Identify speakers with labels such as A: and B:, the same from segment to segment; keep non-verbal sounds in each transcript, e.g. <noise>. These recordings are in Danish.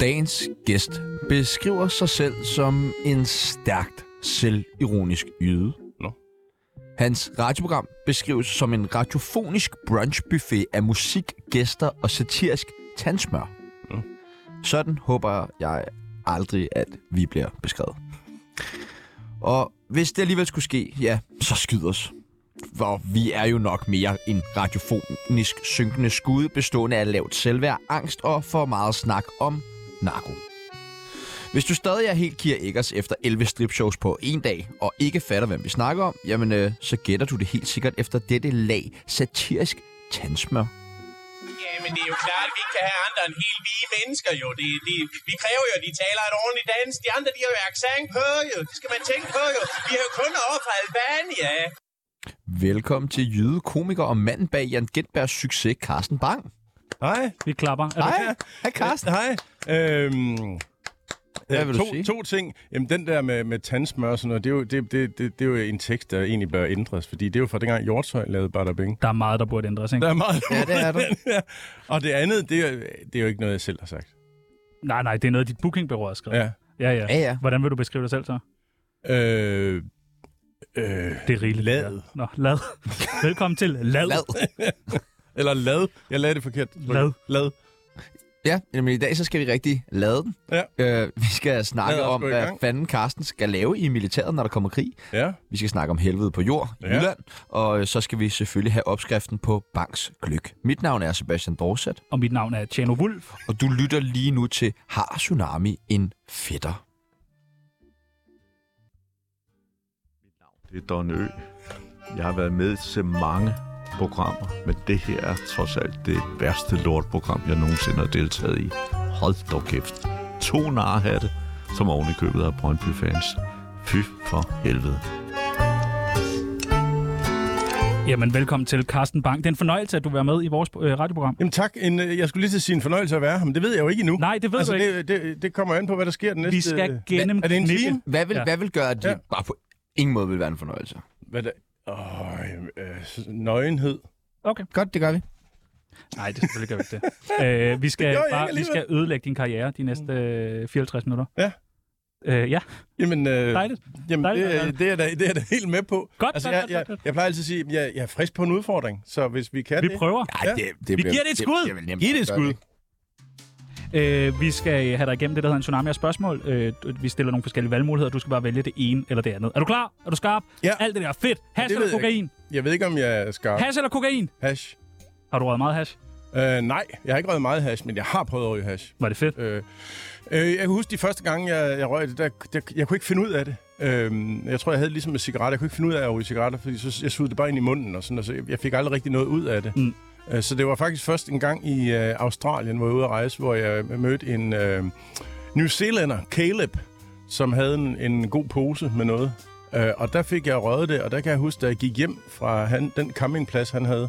A: Dagens gæst beskriver sig selv som en stærkt selvironisk yde.
B: Nå.
A: Hans radioprogram beskrives som en radiofonisk brunchbuffet af musik, gæster og satirisk tandsmør.
B: Nå.
A: Sådan håber jeg aldrig, at vi bliver beskrevet. Og hvis det alligevel skulle ske, ja, så skyd os. For vi er jo nok mere en radiofonisk synkende skud, bestående af lavt selvværd, angst og for meget snak om narko. Hvis du stadig er helt Kier Eggers efter 11 stripshows på en dag, og ikke fatter, hvem vi snakker om, jamen øh, så gætter du det helt sikkert efter dette lag satirisk tandsmør.
C: Ja, men det er jo klart, at vi ikke kan have andre end helt lige mennesker, jo. Det, det, vi kræver jo, at de taler et ordentligt dansk. De andre, de har jo accent på, jo. Det skal man tænke på, jo. Vi har jo kunder over fra Albania.
A: Velkommen til jyde komiker og manden bag Jan Gentbergs succes, Carsten Bang.
B: Hej.
D: Vi klapper. Er du-
A: Hej, hej Carsten.
B: Hej. Øhm, øh,
A: Hvad vil
B: to,
A: du sige?
B: to ting. Jamen, den der med, med tandsmør og sådan noget, det er, jo, det, det, det, det er jo en tekst, der egentlig bør ændres, fordi det er jo fra dengang Hjortshøj lavede Bada Bing.
D: Der er meget, der burde ændres, ikke?
B: Der er meget
A: Ja, det
B: <laughs>
A: er der.
B: Og det andet, det er, det er jo ikke noget, jeg selv har sagt.
D: Nej, nej, det er noget, dit bookingbureau har skrevet.
B: Ja.
D: Ja, ja.
A: Ja, ja.
D: Hvordan vil du beskrive dig selv så?
B: Øh, øh,
D: Det er rigeligt.
B: Lad.
D: Nå, lad. Velkommen til lad.
A: Lad.
B: eller lad. Jeg lagde det forkert.
D: Lad.
B: Lad.
A: Ja, men i dag så skal vi rigtig lade den.
B: Ja.
A: Øh, vi skal snakke
B: Lad os
A: om,
B: gå i
A: hvad
B: gang.
A: fanden Carsten skal lave i militæret, når der kommer krig.
B: Ja.
A: Vi skal snakke om helvede på jord i
B: Ja.
A: Jylland. Og øh, så skal vi selvfølgelig have opskriften på Banks Gløk. Mit navn er Sebastian Dorset,
D: Og mit navn er Tjano Wulf.
A: og du lytter lige nu til Har Tsunami en fætter?
E: Det er Don Ø. Jeg har været med til mange programmer, men det her er trods alt det værste lortprogram, jeg nogensinde har deltaget i. Hold dog kæft. To narhatte, som oven i købet af Brøndby-fans. Fy for helvede.
D: Jamen, velkommen til Carsten Bang. Det er en fornøjelse, at du vil være med i vores øh, radioprogram.
B: Jamen tak. En, øh, jeg skulle lige til at sige en fornøjelse at være her, men det ved jeg jo ikke endnu.
D: Nej, det ved
B: altså,
D: du ikke.
B: Det, det, det kommer an på, hvad der sker den næste... øh,
D: Vi skal
B: Er det en
D: gennemknippe.
B: time?
A: Hvad vil, ja.
D: Ja.
A: hvad vil gøre, at det ja.
B: Ja.
A: bare på ingen måde vil være en fornøjelse?
B: Hvad der... Åh, øh, nøgenhed.
D: Okay.
A: Godt, det gør vi.
D: Nej, det selvfølgelig gør vi
B: <laughs>
D: ikke det. Øh, vi, skal
B: Det gør jeg
D: bare,
B: ikke
D: vi skal ødelægge din karriere de næste øh, 54 minutter.
B: Ja.
D: Øh, ja,
B: Jamen, øh,
D: dejligt.
B: jamen
D: Dejligt,
B: det, er,
D: dejligt.
B: det, er da, det er da helt med på.
D: Godt,
B: altså,
D: godt,
B: jeg,
D: godt,
B: jeg,
D: godt.
B: jeg plejer altid at sige, at jeg, jeg er frisk på en udfordring, så hvis vi kan
D: Vi
B: det...
D: prøver.
A: Ej, det, det
D: Vi giver det et skud.
A: Det, det
B: Giv det et skud.
D: Øh, vi skal have dig igennem det, der hedder en tsunami af spørgsmål. Øh, du- vi stiller nogle forskellige valgmuligheder. Du skal bare vælge det ene eller det andet. Er du klar? Er du skarp?
B: Ja.
D: Alt det der. Fedt. Hash
B: det
D: eller
B: ved jeg
D: kokain?
B: Jeg ved ikke, om jeg er skarp.
D: Hash eller kokain?
B: Hash.
D: Har du røget meget hash?
B: Øh, nej, jeg har ikke røget meget hash, men jeg har prøvet at ryge hash.
D: Var det fedt?
B: Øh, øh, jeg kan huske de første gange, jeg, jeg røg det, der, der, jeg kunne ikke finde ud af det. Øh, jeg tror, jeg havde det ligesom med cigaretter. Jeg kunne ikke finde ud af at ryge cigaretter, fordi så, jeg sugede det bare ind i munden, og sådan, altså, jeg fik aldrig rigtig noget ud af det.
D: Mm.
B: Øh, så det var faktisk først en gang i øh, Australien, hvor jeg var ude at rejse, hvor jeg mødte en øh, New Zealander, Caleb, som havde en, en god pose med noget. Øh, og der fik jeg røget det, og der kan jeg huske, da jeg gik hjem fra han, den campingplads, han havde,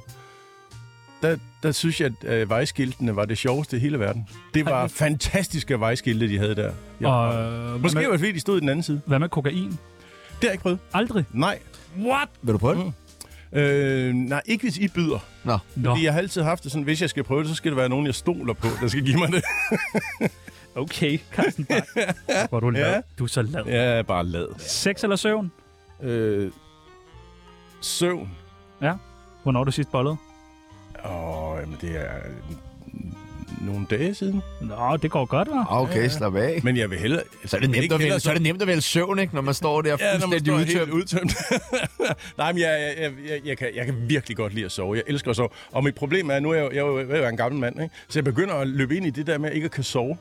B: der, der synes jeg, at øh, vejskiltene var det sjoveste i hele verden. Det
D: Ej,
B: var
D: hvor-
B: fantastiske vejskilte, de havde der. Ja.
D: Og,
B: Og...
D: øh,
B: Måske
D: hvad,
B: var
D: med,
B: det, fordi de stod i den anden side.
D: hvad med kokain?
B: Det har jeg ikke prøvet.
D: Aldrig.
B: Nej.
D: What?
A: Vil du prøve det?
B: Øh, nej, ikke hvis I byder.
A: Nå.
D: Nå,
B: Fordi jeg har altid haft det sådan, hvis jeg skal prøve det, så skal det være nogen, jeg stoler på, der skal give mig
A: <laughs>
B: det.
D: okay, Carsten Bang.
B: <laughs>
D: Hvor er du lad.
B: Ja.
D: Du er så lad.
B: Ja, bare lad.
D: Sex eller søvn?
B: Øh, søvn.
D: Hvornår er du sidst bollet?
B: Åh, jamen, det er mm, nogle dage siden.
D: Nå, det går godt, hva'?
A: Okay, slap af.
B: Men jeg vil hellere...
A: <laughs> Så er, det nemt
B: ikke
A: at vælge,
B: hellere
A: så er det nemt at vælge søvn, ikke? Når man står der
B: <laughs> Ja, når man
A: fuldstændig
B: står
A: udtømt.
B: helt udtømt. <laughs> Nej, men jeg, jeg, jeg, jeg, jeg, kan, jeg kan virkelig godt lide at sove. Jeg elsker at sove. Og mit problem er, at nu er jeg, jo- jeg er jo ved at være en gammel mand, ikke? så jeg begynder at løbe ind i det der med, at jeg ikke kan sove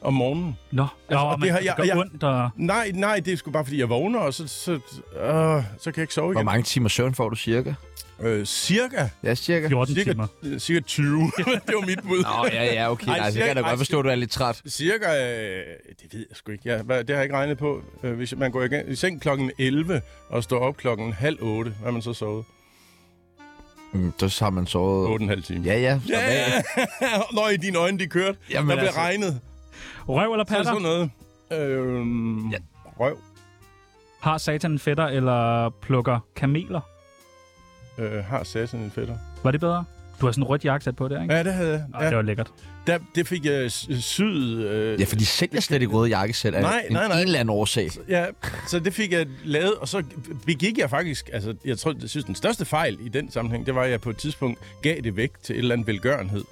B: om morgenen.
D: Nå, Nå
B: Altså, og det
D: men
B: har
D: det
B: jeg-
D: gør
B: jeg-
D: ondt. Og...
B: Nej, nej, det er sgu bare, fordi jeg vågner, og så, så, øh, så kan jeg ikke sove
A: Hvor
B: igen.
A: mange timer søvn får du cirka?
B: Øh, cirka,
A: Ja, cirka.
D: 14
B: cirka,
D: timer.
B: øh, <laughs>
A: <laughs>
B: cirka 20. det var mit bud.
A: Nå, ja, ja, okay.
B: Ej,
A: Ej, så
B: cirka-
A: kan jeg da
B: ej,
A: godt forstå, at du er lidt træt.
B: Cirka, øh, det ved jeg sgu ikke. Jeg, hvad, det har jeg ikke regnet på. Øh, hvis man går igen, i seng klokken 11 og står op klokken halv 8, hvad har man så sovet?
A: Mm, så har man sovet...
B: 8,5 timer.
A: Ja, ja. slap af.
B: Ja, <laughs> Nå, i dine øjne, de kørte.
A: Jamen
B: Jamen, der blev
A: altså.
B: altså, regnet.
D: Røv eller
B: Så er det
D: patter?
B: sådan noget. Øhm,
A: Ja.
B: ja. Røv.
D: Har satan en fætter eller plukker kameler?
B: Øh, har Sassan en fætter?
D: Var det bedre? Du har sådan en rødt jakkesæt på der, ikke?
B: Ja, det havde jeg.
D: Ej,
B: Ja.
D: det var lækkert.
B: Der, det fik jeg s- syet... Øh,
A: Ja, fordi selv jeg slet ikke røde jakkesæt af
B: Nej,
A: en,
B: nej, nej.
A: en eller anden årsag.
B: Ja, så det fik jeg lavet, og så begik jeg faktisk, altså jeg tror, jeg synes, den største fejl i den sammenhæng, det var, at jeg på et tidspunkt gav det væk til et eller andet velgørenhed.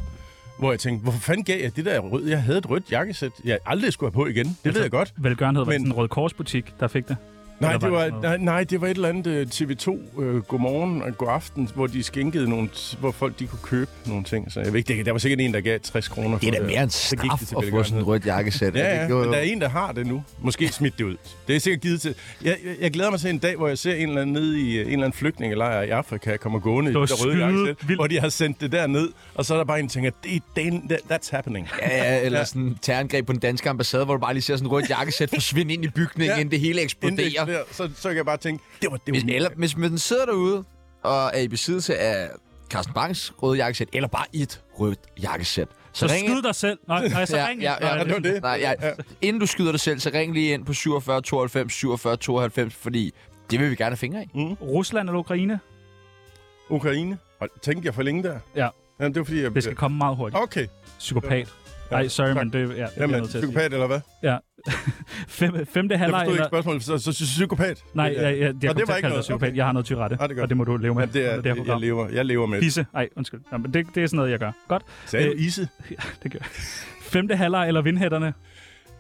B: Hvor jeg tænkte, hvorfor fanden gav jeg det der rød? Jeg havde et rødt jakkesæt, jeg aldrig skulle have på igen. Det ved jeg godt.
D: Velgørenhed var
B: Men-
D: sådan en rød korsbutik, der fik det.
B: Nej,
D: Eller
B: det
D: var
B: var,
D: det sådan
B: nej, nej, det var et eller andet øh, TV2 øh, Godmorgen og Godaften, hvor de skænkede nogle, hvor folk de kunne købe nogle ting. Så jeg ved ikke, det- der var sikkert en, der gav 60 kroner
A: Det er da mere en
B: Så gik det
A: straf
B: til
A: at få sådan
B: velgørenhed.
A: en rødt jakkesæt.
B: Ja, ja.
A: det,
B: Men der er en, der har det nu. Måske smidt det ud. Det er sikkert givet til. Jeg, jeg, jeg glæder mig til en dag, hvor jeg ser en eller anden nede i øh, en eller anden flygtningelejr i Afrika, kommer gående i
D: Det var
B: det der røde
D: skyde
B: jakkesæt,
D: vildt.
B: hvor de har sendt det der ned, og så er der bare en, der tænker, det er den, that- that's happening.
A: Ja, ja, eller sådan en terrorangreb på den danske ambassade, hvor du bare lige ser sådan en rødt jakkesæt forsvinde ind i bygningen,
B: Ja.
A: ja. inden det hele
B: Inden det
A: eksploderer.
B: eksploderer, så, så kan jeg bare tænke, det var det.
A: Hvis,
B: var-
A: eller, hvis man sidder derude og er i besiddelse af Carsten Bangs røde jakkesæt, eller bare et rødt jakkesæt,
D: Så skyd dig selv. Nej, nej så
A: <laughs> Ja,
D: ring.
A: ja, ja,
D: Nej,
A: det
B: var det.
A: Nej, ja, inden du skyder dig selv, så ring lige ind på 47 92 47 92, fordi det vil vi gerne have fingre i.
D: Rusland eller Ukraine?
B: Ukraine. Og tænkte jeg for længe der?
D: Ja.
B: Jamen, det var fordi, jeg...
D: Det skal komme meget hurtigt.
B: Okay.
D: Psykopat. Nej, sorry,
B: tak.
D: men det, ja, det er
B: Jamen,
D: nødt til at sige.
B: psykopat eller hvad?
D: <laughs> Fem, femte
B: Jeg
D: halvleg
B: forstod ikke
D: eller...
B: spørgsmålet, så, så, så psykopat.
D: Nej, ja, ja, jeg, jeg,
B: var
D: jeg,
B: ikke
D: jeg, jeg,
B: noget.
D: psykopat.
B: Okay.
D: jeg har noget tyrette,
B: Ja, det er godt.
D: og det må du leve med.
B: Jamen, det er,
D: under her
B: det, jeg,
D: program.
B: lever, jeg lever med.
D: Pisse. Ej, undskyld. Nå, men det, det er sådan noget, jeg gør. Godt. <laughs>
B: Sagde du
D: Øh,
B: Ise?
D: Det gør jeg. Femte halvleg eller vindhætterne?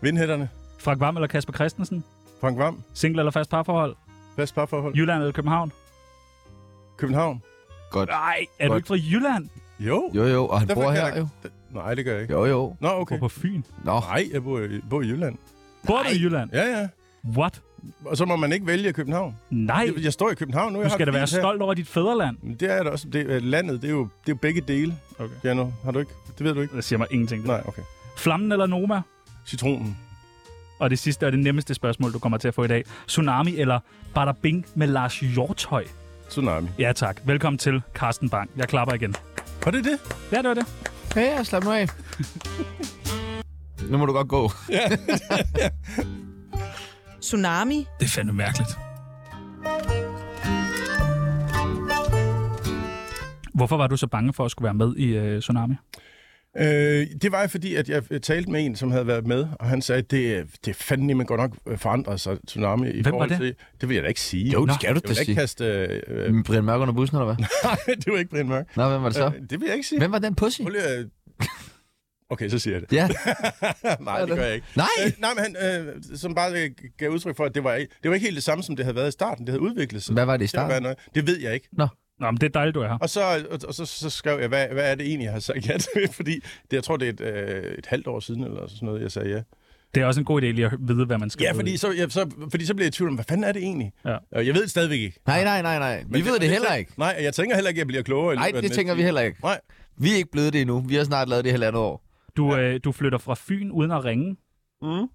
B: Vindhætterne?
D: Frank Vam eller Kasper Christensen?
B: Frank Vam?
D: Single eller fast parforhold?
B: Fast parforhold?
D: Jylland eller København?
B: København?
A: Godt.
D: Nej, er du
A: Godt.
D: ikke fra Jylland?
B: Jo.
A: Jo, jo, og han
B: Derfor
A: bor
B: kan
A: her
B: jeg-
A: jo.
B: Nej, det gør jeg ikke.
A: Jo, jo.
B: Nå,
D: Okay.
B: okay.
D: På Fyn.
A: Nå,
B: Nej, jeg bor i, bor i Jylland.
D: Bor du i Jylland?
B: Ja, ja.
D: What?
B: Og så må man ikke vælge København.
D: Nej,
B: Jeg, jeg står i København nu.
D: du
B: Jeg har
D: skal da
B: et
D: være
B: bil her.
D: stolt over dit fædreland.
B: Men Det er jeg da også. Det, øh, landet, det er jo, det er jo begge dele.
D: Okay.
B: Jano, har du ikke? Det ved du ikke.
D: Det siger mig ingenting.
B: Nej, okay.
D: Flammen eller Noma?
B: Citronen.
D: Og det sidste og det nemmeste spørgsmål, du kommer til at få i dag. Tsunami eller Bada Bing med Lars Hjortøj?
B: Tsunami.
D: Ja tak. Velkommen til Carsten Bang. Jeg klapper igen.
B: Var det det?
D: Ja, det var det.
A: ja, ja, slap nu af. nu må du godt gå.
F: Tsunami
D: Det er fandme mærkeligt. Hvorfor var du så bange for at skulle være med i øh, Tsunami?
B: Øh, det var jeg, fordi, at jeg øh, talte med en, som havde været med, og han sagde, at det, øh, det er fandme man godt nok øh, forandret sig, tsunami. I
D: var
B: forhold
D: det?
B: Til, det vil jeg da ikke sige.
A: Jo,
B: jeg
A: det skal du
B: vil
A: da
B: da ikke
A: sige.
B: kaste... Øh, øh, <laughs>
A: Men Brian Mørk under bussen, eller hvad?
B: det var ikke Brian Mørk.
A: Nå, hvem var det så?
B: Øh, det vil jeg ikke sige.
A: Hvem var den pussy?
B: Prøv lige at... Okay, så siger jeg det.
A: Ja.
B: <laughs> Nej, det gør jeg ikke.
A: Nej!
B: Øh, nej, men han, øh, som bare øh, gav udtryk for, at det var, ikke, det var ikke helt det samme, som det havde været i starten. Det havde udviklet sig.
A: Hvad var det i
B: Det, var
A: starten?
B: noget, det ved jeg ikke.
D: Nå, men det er dejligt, du er her.
B: Og så, og, og så, så skrev jeg, hvad, hvad er det egentlig, jeg har sagt ja til? <laughs> Fordi det, jeg tror, det er et, øh, et halvt år siden, eller sådan noget, jeg sagde ja.
D: Det er også en god idé lige at vide, hvad man skal
B: Ja,
D: ud
B: fordi
D: i.
B: så, ja, så, fordi så blev jeg i tvivl om, hvad fanden er det egentlig?
D: Ja.
B: Og jeg ved det stadigvæk ikke.
A: Nej, nej, nej, nej. Vi ved det heller ikke.
B: Nej, og jeg tænker heller ikke, at jeg bliver klogere. i løbet
A: Nej,
B: af den
A: det
B: næste
A: tænker vi
B: uge.
A: heller ikke.
B: Nej, <laughs>
A: Vi er ikke blevet det endnu. Vi har snart lavet det halvandet år.
D: Du, øh, du flytter fra Fyn uden at ringe.
B: Mm.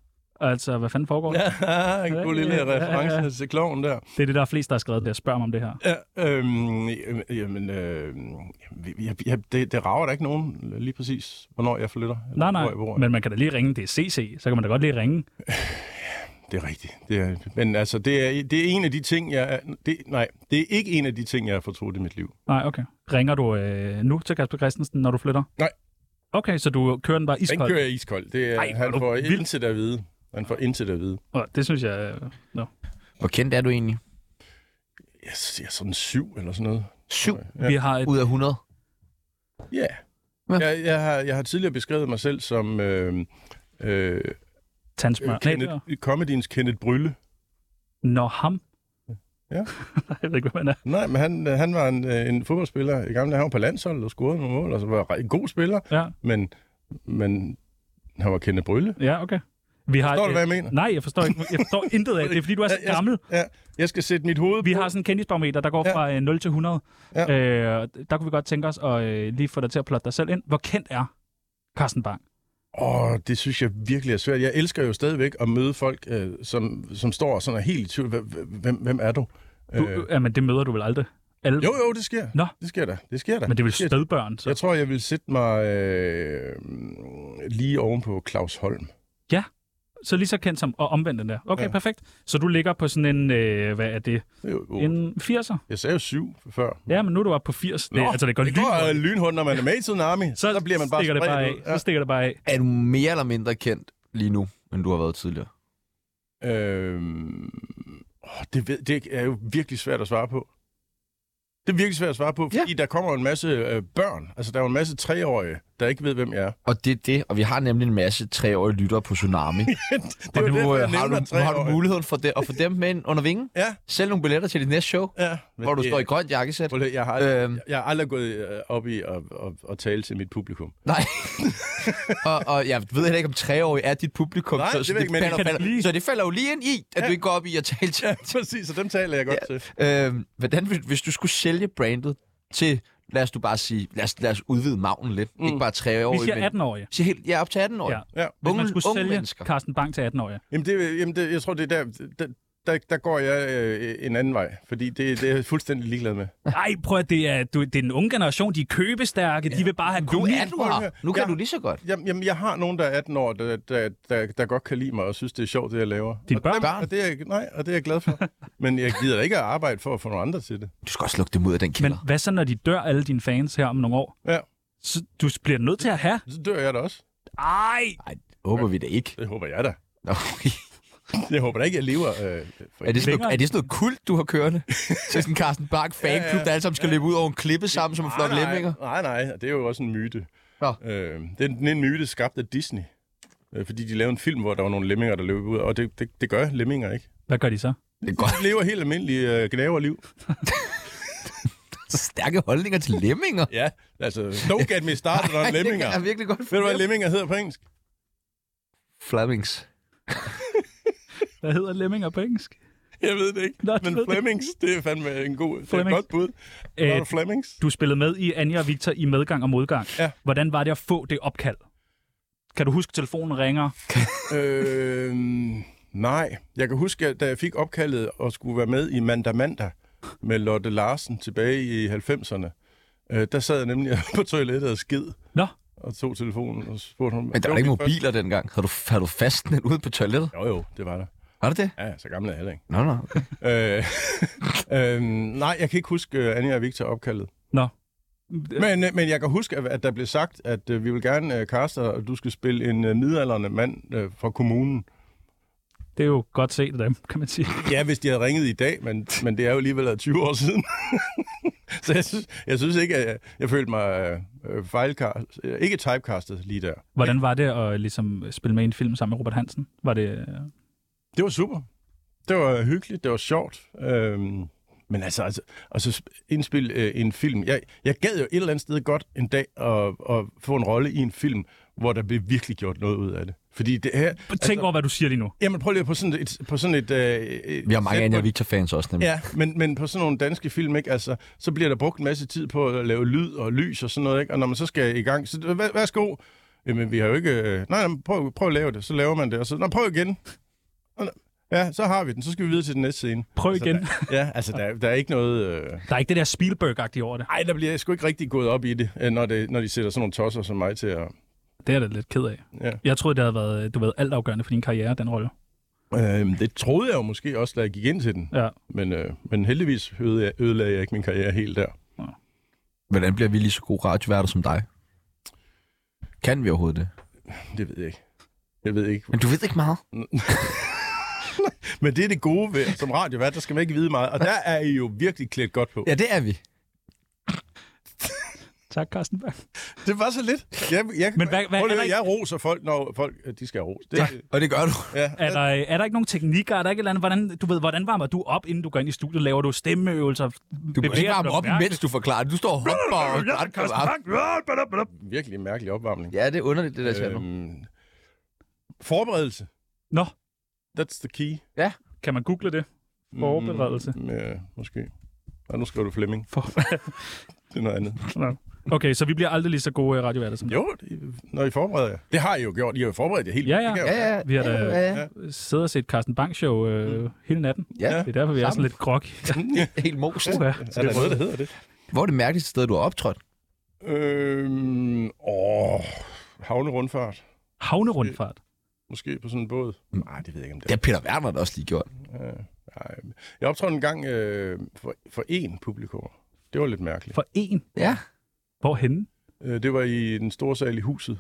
D: Altså, hvad fanden foregår? Ja.
B: ja, en god lille
D: Ja, ja, ja, ja.
B: reference til kloven der.
D: Det er det, der er flest, der har skrevet det. Spørg mig om det her.
B: Ja, øhm, jamen, jamen, øh, jeg, jeg, det, det rager da ikke nogen lige præcis, hvornår jeg flytter. eller
D: Nej,
B: Hvor jeg
D: nej,
B: bor.
D: men man kan da lige ringe. Det er CC, så kan man da godt lige ringe.
B: Det er rigtigt. Det er, men altså, det er, det er en af de ting, jeg... er- Det, nej, det er ikke en af de ting, jeg har fortrudt i mit liv.
D: Nej, okay. Ringer du øh, nu til Kasper Christensen, når du flytter?
B: Nej.
D: Okay, så du kører den bare
B: Den
D: iskold?
B: kører jeg iskold. Det er,
D: Ej,
B: Ej,
D: hvor er
B: han
D: du
B: får
D: vild.
B: intet at vide. Han får intet at vide.
D: Åh, Det synes jeg... øh, Nå.
A: Hvor kendt er du egentlig?
B: Jeg, s- jeg er sådan syv eller sådan noget.
A: 7
D: Ja. Vi har et...
A: ud af 100.
B: Ja.
A: Hvad?
B: Jeg, jeg, har, jeg har tidligere beskrevet mig selv som øh, øh,
D: Tandsmør.
B: Kenneth,
D: Nej,
B: comedyens Kenneth Brylle.
D: Når ham...
B: Ja.
D: <laughs> jeg ved ikke, hvad man er.
B: Nej, men han, han var en, øh, en fodboldspiller i gamle dage. Han var på landsholdet og scorede nogle mål, og så var en god spiller,
D: Ja,
B: men, men han var Kenneth Brylle.
D: ja okay. Vi har,
B: Forstår du,
D: øh,
B: hvad jeg mener?
D: Nej, jeg forstår, ikke. jeg forstår intet af det. Det er, fordi du er så
B: Jeg- jeg-
D: gammel.
B: Ja, jeg skal sætte mit hoved
D: Vi
B: på.
D: har sådan en kendisbarometer, der går
B: Ja.
D: fra øh, 0 til 100.
B: Ja.
D: Øh, der kunne vi godt tænke os at øh, lige få dig til at plotte dig selv ind. Hvor kendt er Carsten Bang?
B: Åh, oh, det synes jeg virkelig er svært. Jeg elsker jo stadigvæk at møde folk, øh, som, som står sådan og er helt i tvivl. Hvem- Hvem, hvem er du?
D: Du,
B: Øh,
D: øh. Jamen, det møder du vel aldrig? Alle,
B: jo, jo, det sker.
D: Nå.
B: Det sker da. Det sker da.
D: Men det er vel
B: sker.
D: spædbørn, så.
B: Jeg tror, jeg vil sætte mig øh, lige ovenpå Claus Holm.
D: så lige så kendt som, og omvendt den der. Okay, ja. perfekt. Så du ligger på sådan en, øh, hvad er det,
B: Det er jo, oh,
D: en 80'er?
B: Jeg sagde jo syv før.
D: Ja, men nu er du oppe på 80. Det, altså, det går
B: det
D: lige.
B: går øh, lynhund, når man er med i Tsunami. Så, så bliver man bare
D: stikker det bare af.
B: spredt ud.
D: Så stikker det bare af.
A: Er du mere eller mindre kendt lige nu, end du har været tidligere?
B: Øhm, åh, det, ved, det er jo virkelig svært at svare på. Det er virkelig svært at svare på, fordi ja. der kommer jo en masse øh, børn. Altså, der er jo en masse treårige, der ikke ved, hvem jeg er.
A: Og det er det, og vi har nemlig en masse treårige lyttere på Tsunami.
B: Det er
A: og
B: jo
A: nu
B: derfor, jeg
A: øh, har,
B: nævner
A: du, nu har du
B: treårige.
A: muligheden for det, at få dem med ind under vingen.
B: Ja,
A: Sælg nogle billetter til dit næste show,
B: ja. Men
A: hvor du
B: det-
A: står i grønt jakkesæt.
B: Prøv lige, Jeg har, aldrig,
A: Øhm.
B: jeg har aldrig gået øh, op i at, at, at tale til mit publikum.
A: <laughs> Nej. og, og jeg ved heller ikke, om treårige er dit publikum,
B: Nej,
A: så,
B: det
A: så,
B: ved jeg ikke, men
A: falder,
D: det kan
A: falder,
D: blive.
A: så det falder jo lige ind i, at ja. du ikke går op i at tale til. Ja.
B: Præcis, så dem taler jeg godt ja. til.
A: Øhm, hvordan, vil- hvis du skulle sælge brandet til, lad os du bare sige, lad os, lad os udvide maven lidt. Mm. Ikke bare
D: Vi
A: treårige,
D: siger
A: men...
D: 18-årige.
A: Siger helt, ja, op til 18 år.
D: Ja.
A: Ja.
B: Ja.
D: Hvis man
A: Unge-
D: skulle
A: unge
D: sælge
A: mennesker.
D: Carsten Bang til 18-årige.
B: Jamen, det, jamen det, jeg tror, det er der, der, der, der går jeg øh, en anden vej, fordi det, det er jeg fuldstændig ligeglad med.
D: Nej, prøv at det er, du, det er den unge generation. De er købestærke. Ja. De vil bare have
A: Nu
D: komik.
A: er du her. Nu kan
B: Ja.
A: ja. du lige så godt.
B: Jamen, jamen, jeg har nogen, der er 18 år, der, der, der, der godt kan lide mig og synes, det er sjovt, det jeg laver.
D: Dine
B: og
D: børn?
B: Dem, og det er, jeg- nej, og det er jeg glad
D: <laughs>
B: for. Men jeg gider ikke at arbejde for at få nogle andre til det.
A: Du skal også lukke dem ud af den
D: Men
A: kælder.
D: hvad så, når de dør, alle dine fans her om nogle år?
B: Ja.
D: Så du bliver nødt til at have.
B: Så dør jeg da også.
D: Ej!
A: Nej, håber vi da ikke.
B: Det håber jeg da.
A: Nå, okay.
B: Jeg håber da ikke, jeg lever. Øh, for
A: er, det sådan
D: Længere.
A: noget, er det sådan noget kult, du har kørende? Så sådan en Carsten Bach fanklub,
B: Ja, ja.
A: der alle sammen skal løbe ud over en klippe sammen som en flok
B: nej,
A: lemminger?
B: Nej, nej, og det er jo også en myte.
A: Nå.
B: Øh, det er den en myte skabt af Disney. Øh, fordi de lavede en film, hvor der var nogle lemminger, der løb ud, og det, det, det gør lemminger ikke.
D: Hvad gør de så?
A: Det er godt.
B: De lever helt almindelige øh, gnaverliv.
A: Så stærke holdninger til lemminger.
B: Ja, altså, don't get
A: <laughs>
B: me started on
A: Ej, det
B: lemminger.
A: kan jeg virkelig godt
B: Ved du, hvad
A: fornemme.
B: lemminger hedder på engelsk?
A: Flemings.
D: Hvad hedder lemminger på engelsk?
B: Jeg ved det ikke.
D: Nå,
B: Nå,
D: du ved
B: men
D: det
B: Flemings, det er fandme en god, det er et
D: Flemings.
B: godt bud.
D: Øh,
B: Øh,
D: <laughs>
B: Flemings.
D: Du spillede med i Anja og Victor i Medgang og Modgang.
B: Ja.
D: Hvordan var det at få det opkald? Kan du huske, telefonen ringer?
B: Øh, nej, jeg kan huske, at da jeg fik opkaldet og skulle være med i Mandag Mandag med Lotte Larsen tilbage i 90'erne, øh, der sad jeg nemlig <laughs> på toilettet og skid
D: Nå,
B: og tog telefonen og spurgte ham.
A: Men der var ikke mobiler dengang. Har du, har du fastnet ude på toilettet?
B: Jo, jo, det var der.
A: Var det det?
B: Ja, så gammel er jeg heller ikke.
A: Nå, nå. okay.
B: Øh, øh, <laughs> nej, jeg kan ikke huske øh, Anja og Victor opkaldet.
D: nå.
B: Men, øh, men jeg kan huske, at- at der blev sagt, at øh, vi vil gerne øh, kaste dig, og du skal spille en øh, midalderne mand øh, fra kommunen.
D: Det er jo godt set af dem, kan man sige.
B: Ja, hvis de havde ringet i dag, <laughs> men, men det er jo alligevel 20 år siden. <laughs> så jeg synes, jeg synes ikke, at jeg, jeg følte mig øh, fejlcast, øh, ikke typecastet lige der.
D: Hvordan var det at ligesom, spille med i en film sammen med Robert Hansen? Var det...
B: Det var super. Det var øh, hyggeligt, det var sjovt. Øhm, men altså, altså, altså indspil øh, en film. Jeg, jeg gad jo et eller andet sted godt en dag at, at få en rolle i en film, hvor der blev virkelig gjort noget ud af det. Fordi det her...
D: Tænk over, hvad du siger lige nu.
B: Jamen prøv lige på sådan et... På sådan et øh,
A: Vi har mange
B: sæt
A: Anja
B: på-
A: og Victor-fans også, nemlig.
B: Ja, men, men på sådan nogle danske film, ikke? Altså, så bliver der brugt en masse tid på at lave lyd og lys og sådan noget, ikke? Og når man så skal i gang, så "Vær- værsgo. Jamen, vi har jo ikke... øh, Nej, nej, prøv, prøv at lave det. Så laver man det, og så... Nå, prøv igen. Og- Ja, så har vi den. Så skal vi videre til den næste scene.
D: Prøv igen.
B: Altså, der, ja, altså, der, der er ikke noget... Øh...
D: Der er ikke det der Spielberg-agtige over det.
B: Ej, der bliver jeg sgu ikke rigtig gået op i det, øh, når, det, når de sætter sådan nogle tosser som mig til at...
D: Det er jeg da lidt ked af.
B: Ja.
D: Jeg troede, det havde været, du ved, altafgørende for din karriere, den rolle.
B: Øh, det troede jeg jo måske også, da jeg gik ind til den.
D: Ja.
B: Men, øh, men heldigvis ødelagde jeg, ødelagde jeg ikke min karriere helt der.
A: Hvordan bliver vi lige så gode radioværter som dig? Kan vi overhovedet det?
B: Det ved jeg ikke. Jeg ved ikke,
A: Men du ved ikke meget.
B: Men det er det gode ved, som radiovært, der skal man ikke vide meget. Og der er I jo virkelig klædt godt på.
A: Ja, det er vi.
D: Tak, Carsten Bang.
B: Det var så lidt. Jeg, jeg,
D: Men hvad- hvad-
B: prøv lige,
D: er der ikke-
B: jeg roser folk, når folk øh, de skal have ros. Det,
A: Og det gør du.
B: ja.
D: Er der, er der ikke nogen teknikker? Er der ikke et eller andet, hvordan, du ved, hvordan varmer du op, inden du går ind i studiet? Laver du stemmeøvelser?
A: Du må ikke varme op, mens du forklarer det. Du står og hopper og
B: Virkelig en mærkelig opvarmning.
A: Ja, det er underligt, det der channel.
B: Øhm, forberedelse.
D: Nå,
B: That's the key.
D: kan man google det?
B: Mm,
D: Forberedelse.
B: Ja, måske. Og nu skriver du Flemming.
D: For...
B: <laughs> Det er noget andet.
D: Nå. okay, så vi bliver aldrig lige så gode radioværter som
B: Jo, det, når I forbereder jer. Det har I jo gjort. I har jo forberedt jer helt.
D: Ja, ja.
B: Det kan jeg
A: Ja,
B: jo-
A: ja.
D: Vi har da
A: ja, ja.
D: sidder og set Carsten Bang show øh, mm. hele natten.
A: ja.
D: Det er derfor, vi er sådan
A: Sammen.
D: lidt grog.
A: Helt most.
D: Ja.
B: Er der noget, der hedder det?
A: Hvor er det mærkeligste sted, du har optrådt?
B: Øhm, åh, havnerundfart.
D: Havnerundfart.
B: Måske på sådan en båd. Nej, det ved jeg ikke, om det
A: Det
B: er.
A: har Peter Werner da også lige gjort.
B: Nej. Jeg optrådte en gang øh, for, for én publikum. Det var lidt mærkeligt.
D: For én?
A: Ja.
D: Hvorhenne?
B: Øh, Det var i den store sal i huset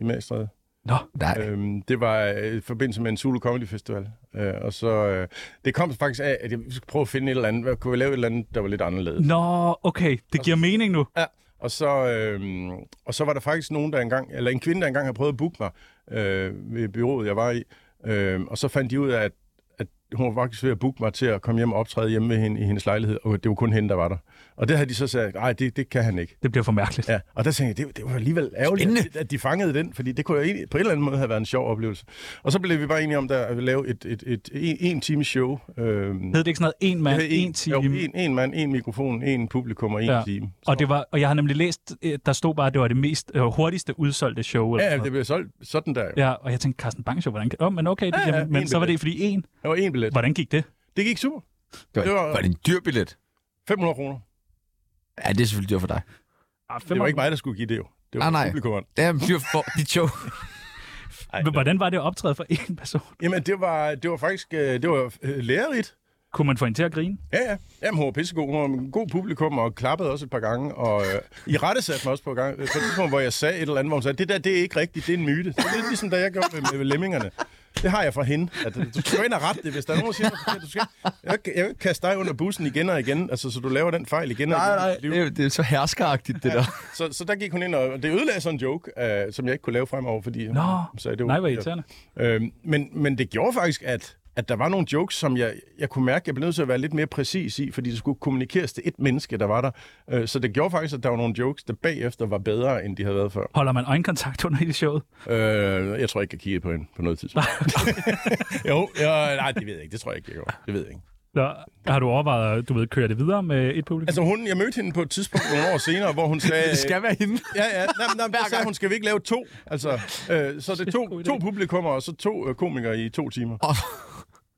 B: i Magstræde.
D: Nå,
A: Nej.
B: Øhm, det var øh, i forbindelse med en Zulu Comedy Festival. Øh, og så, øh, det kom faktisk af, at jeg skulle prøve at finde et eller andet. Hvad- Kunne vi lave et eller andet, der var lidt anderledes?
D: Nå okay. Det giver mening nu.
B: Ja. Og så, øh, og så var der faktisk nogen, der engang, eller en kvinde, der engang havde prøvet at booke mig øh, ved byrået, jeg var i. Øh, og så fandt de ud af, at, at hun var faktisk ved at booke mig til at komme hjem og optræde hjemme ved hende i hendes lejlighed, og det var kun hende, der var der. Og det havde de så sagt, nej, det, det kan han ikke.
D: Det bliver for mærkeligt.
B: Ja, og der tænkte jeg, det, det var alligevel ærgerligt, at, at de fangede den, fordi det kunne jo egentlig, på en eller anden måde have været en sjov oplevelse. Og så blev vi bare enige om der at lave et, et, et, en, en time show. Øhm,
D: Hed det ikke sådan noget en mand, en
B: Jo,
D: time?
B: en, en mand, en mikrofon, en publikum og en
D: Ja.
B: ja. time.
D: Og, det var, og jeg har nemlig læst, øh, der stod bare, at det var det mest øh, hurtigste udsolgte show. Eller
B: Ja, ja,
D: sådan
B: det blev solgt sådan der. jo.
D: noget. ja, og jeg tænkte, Carsten Bang show, hvordan kan... Oh, men okay, det,
B: Ja,
D: ja,
B: ja,
D: ja, men
B: én
D: så var
B: billet.
D: det fordi en.
B: Der var en billet.
D: Hvordan gik det?
B: Det gik super.
A: Det var,
B: det
A: det
B: var-
A: var, var det en dyr billet?
B: 500 kroner.
A: Ja, det er selvfølgelig dyrt for dig.
D: Ah,
B: Det var ikke mig, der skulle give det jo. Det var
A: Nej, nej.
B: publikum.
A: Det er dyrt for dit show.
D: Men Hvordan var det at optræde for én person?
B: Jamen, det var, det var faktisk øh, det var øh, lærerigt.
D: Kunne man få hende til at grine?
B: Ja, ja. Jamen, hun var pissegod. Hun var en god publikum og klappede også et par gange. Og øh, I rette satte mig også på gang. øh, På et tidspunkt, hvor jeg sagde et eller andet, hvor hun sagde, det der, det er ikke rigtigt, det er en myte. Det er lidt ligesom, da jeg gjorde med, med lemmingerne. Det har jeg fra hende. At, øh, du skal gå ind og rette det, hvis der er nogen, der siger, noget forkert. du skal, jeg, vil ikke- jeg vil ikke kaste dig under bussen igen og igen, altså, så du laver den fejl igen og igen. i dit liv.
A: Det er, det er så herskeragtigt, det der.
B: Så, så der gik hun ind, og det ødelagde sådan en joke, øh, som jeg ikke kunne lave fremover, fordi hun
D: Nå,
B: sagde, det var
D: Nej, hvor
B: forkert.
D: irriterende.
B: Øhm, men, men det gjorde faktisk, at, at der var nogle jokes, som jeg, jeg kunne mærke, jeg blev nødt til at være lidt mere præcis i, fordi det skulle kommunikeres til et menneske, der var der. Øh, så det gjorde faktisk, at der var nogle jokes, der bagefter var bedre, end de havde været før.
D: Holder man øjenkontakt under hele showet?
B: Øh, jeg tror ikke, jeg kiggede på hende på noget
D: <laughs>
B: tidspunkt. <laughs> jo, jeg, nej, det ved jeg ikke. Det tror jeg ikke, jeg gjorde. Det ved jeg ikke.
D: Nå, har du overvejet, at du ved, køre det videre med et publikum? Altså,
B: Altså, hun, jeg mødte hende på et tidspunkt nogle år senere,
A: <laughs>
B: hvor hun sagde...
A: Det skal være hende.
B: Ja, ja. Nej, nej, der sagde hun, skal vi ikke lave to? Altså, øh, så det er to, to publikummer, og så to øh, komikere i to timer.
A: Åh.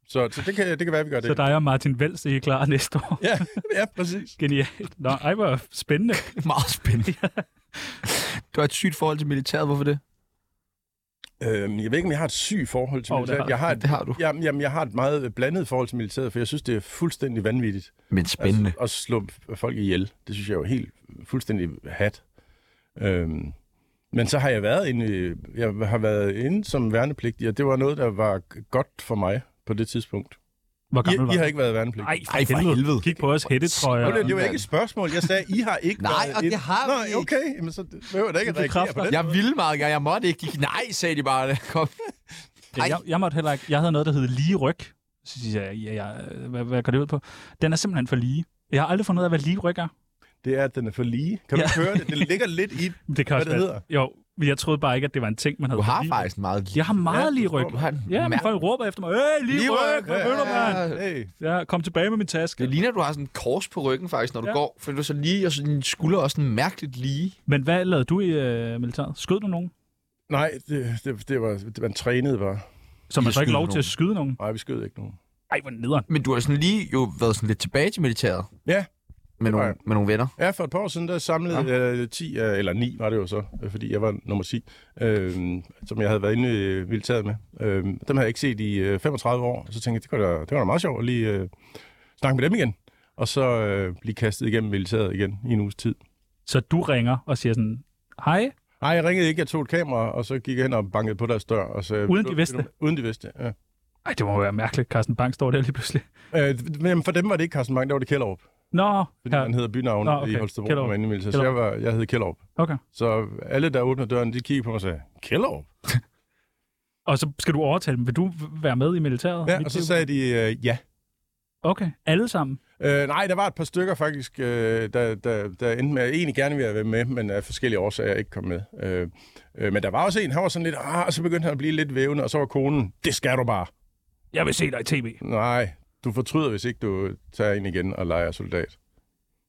B: Så, så det, kan, det kan være, vi gør det.
D: så dig og Martin Vels, I er klar næste år.
B: Ja, ja, præcis.
D: Genialt. Nå, ej, hvor spændende.
A: Meget spændende. Du har et sygt forhold til militæret. Hvorfor det?
B: Øhm, jeg ved ikke, om jeg har et syg forhold til
D: Åh,
B: oh,
D: det
B: militæret. jeg
D: har du.
B: har et,
A: Det har du.
B: jamen, jamen, jeg har et meget blandet forhold til militæret, for jeg synes, det er fuldstændig vanvittigt
A: Men spændende.
B: Altså, at, at slå folk ihjel. Det synes jeg jo er helt fuldstændig hat. Øhm, men så har jeg været inde, i- jeg har været inde som værnepligtig, og det var noget, der var g- godt for mig på det tidspunkt.
D: Hvor
B: I,
D: gammel var
B: I har
D: du?
B: ikke været værnepligtig.
D: Ej, for,
A: Ej, for
D: helvede.
A: helvede.
D: Kig på os hættetrøjer.
B: Det var- det var ikke et spørgsmål. Jeg sagde, I har ikke
A: Nej,
B: været
A: og det
B: inde.
A: har vi
B: Nå,
A: ikke.
B: okay. Jamen, så behøver jeg da ikke at
D: Du
B: reagere
D: bekræfter.
B: på den
A: Jeg ville meget gerne. Jeg måtte ikke. De gik, Nej, sagde de bare. <laughs> Kom.
D: Ja, jeg, jeg måtte heller ikke. Jeg havde noget, der hed lige ryg. Så siger jeg, ja, ja, hvad, hvad går det ud på? Den er simpelthen for lige. Jeg har aldrig fundet ud af, hvad lige ryg er.
B: Det er, at den er for lige. Kan du
D: Ja.
B: ikke høre det? Den ligger lidt i...
D: Det kan
B: Hvad
D: også
B: det
D: være- Jo, men jeg troede bare ikke, at det var en ting, man havde.
A: Du har
D: lige ryg.
A: faktisk meget.
D: Jeg har meget
B: Ja,
D: lige
B: du
D: ryg.
B: tror,
A: Du har en
D: Ja, men
A: mær-
D: folk råber efter mig. Øh, lige,
A: Lige
D: ryg,
A: ryg,
D: hvad
B: ja,
D: møller man?
B: Hey.
D: Ja, kom tilbage med min taske.
A: Det ligner, at du har sådan en kors på ryggen faktisk, når du
D: Ja.
A: ja. går. For du er så lige, og så din skulder er også sådan mærkeligt lige.
D: Men hvad lavede du i øh, militæret? Skød du nogen?
B: Nej, det, det, det var, det, man trænede bare.
D: Så man
A: Jeg
D: så ikke
A: skyder
D: lov til at skyde nogen?
B: Nej, vi skød ikke nogen.
D: Ej, hvor nederen.
A: Men du har sådan lige jo været sådan lidt tilbage til militæret.
B: Ja.
A: Med,
B: var
A: nogle,
B: jeg.
A: med nogle venner.
B: Ja, for et par år siden, der samlede ja. øh, 10, øh, eller 9 var det jo så, øh, fordi jeg var nummer 10, øh, som jeg havde været inde i øh, militæret med. Øh, dem havde jeg ikke set i øh, 35 år, og så tænkte jeg, det var da, det var da meget sjovt at lige øh, snakke med dem igen. Og så øh, blive kastet igennem militæret igen i en uges tid.
D: Så du ringer og siger sådan, hej,
B: Nej, jeg ringede ikke, jeg tog et kamera, og så gik jeg hen og bankede på deres dør. Og så,
D: Uden de vidste det?
B: Uden de vidste, det, ja.
D: Ej, det må jo være mærkeligt. Carsten Bang står der lige pludselig.
B: Øh, men for dem var det ikke Carsten Bang, der var det Kjellerup.
D: Nå,
B: Fordi ja.
D: her.
B: man hedder bynavn
D: Nå,
B: Nå,
D: okay.
B: okay. i Holstebro,
D: Kjellerup.
B: når man er inde i militæret. Så
D: Kjellerup.
B: jeg, var, jeg hed Kjellerup.
D: Okay.
B: Så alle, der åbner døren, de kiggede på mig og sagde, Kjellerup?
D: Og så skal du overtale dem. Vil du være med i militæret?
B: Ja,
D: Mit
B: og så
D: liv?
B: sagde de, øh, ja.
D: Okay, alle sammen.
B: Øh, nej, der var et par stykker faktisk, øh, der, der, der endte med, at egentlig gerne ville være med, men af forskellige årsager ikke kom med. Øh, øh, men der var også en, han var sådan lidt, ah, og så begyndte han at blive lidt vævende, og så var konen, det skal du bare.
D: Jeg vil se dig i tv.
B: Nej, du fortryder, hvis ikke du tager ind igen og leger soldat.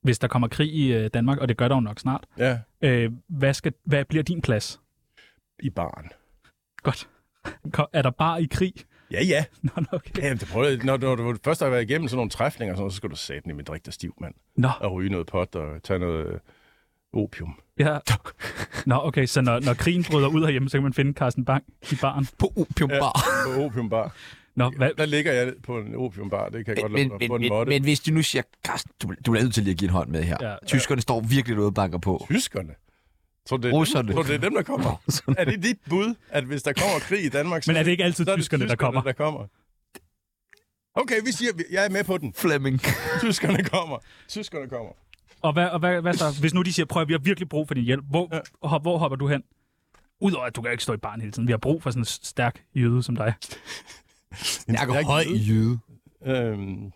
D: Hvis der kommer krig i øh, Danmark, og det gør der jo nok snart,
B: Ja,
D: øh, hvad, skal, hvad bliver din plads?
B: i barn.
D: Godt. Ko- Er der bare i krig? <laughs>
B: Ja, ja.
D: Nå, nå, okay.
B: Jamen, det prøver jeg. Når, når du først har været igennem sådan nogle træfninger, og sådan, noget, så skal du sætte den i mit rigtig stiv, mand.
D: Nå,
B: og ryge noget pot og tage noget øh, opium.
D: Ja. Nå, okay, så når, når krigen bryder ud herhjemme, så kan man finde Carsten Bang i baren.
A: På opiumbar.
B: På opiumbar.
D: Nå, hvad?
B: Der ligger jeg på en opiumbar, det kan jeg godt
A: Men,
B: lade
A: men,
B: mig på en
A: men, men,
B: måtte.
A: men hvis de nu siger, Carsten, du, du bliver nødt til lige at give en hånd med her.
D: Ja.
A: Ja. Tyskerne står virkelig derude og banker <laughs> på.
B: Tyskerne. Tror du, det er
A: Russerne.
B: Dem, tror du, det er dem, der kommer? er det dit bud, at hvis der kommer krig i Danmark, så,
D: Men er det ikke altid
B: så er det
D: tyskerne, der kommer?
B: der kommer? Okay, vi siger, jeg er med på den.
A: Flemming.
B: Tyskerne kommer. Tyskerne kommer.
D: Og, hvad, og hvad, hvad så? Hvis nu de siger, prøv at vi har virkelig brug for din hjælp, hvor,
B: Ja.
D: hop, hvor hopper du hen? Udover at du kan ikke stå i barn hele tiden. Vi har brug for sådan en stærk jøde som dig.
A: Jeg
B: Jeg er
A: går høj
B: jøde.
A: jyde.
B: Øhm,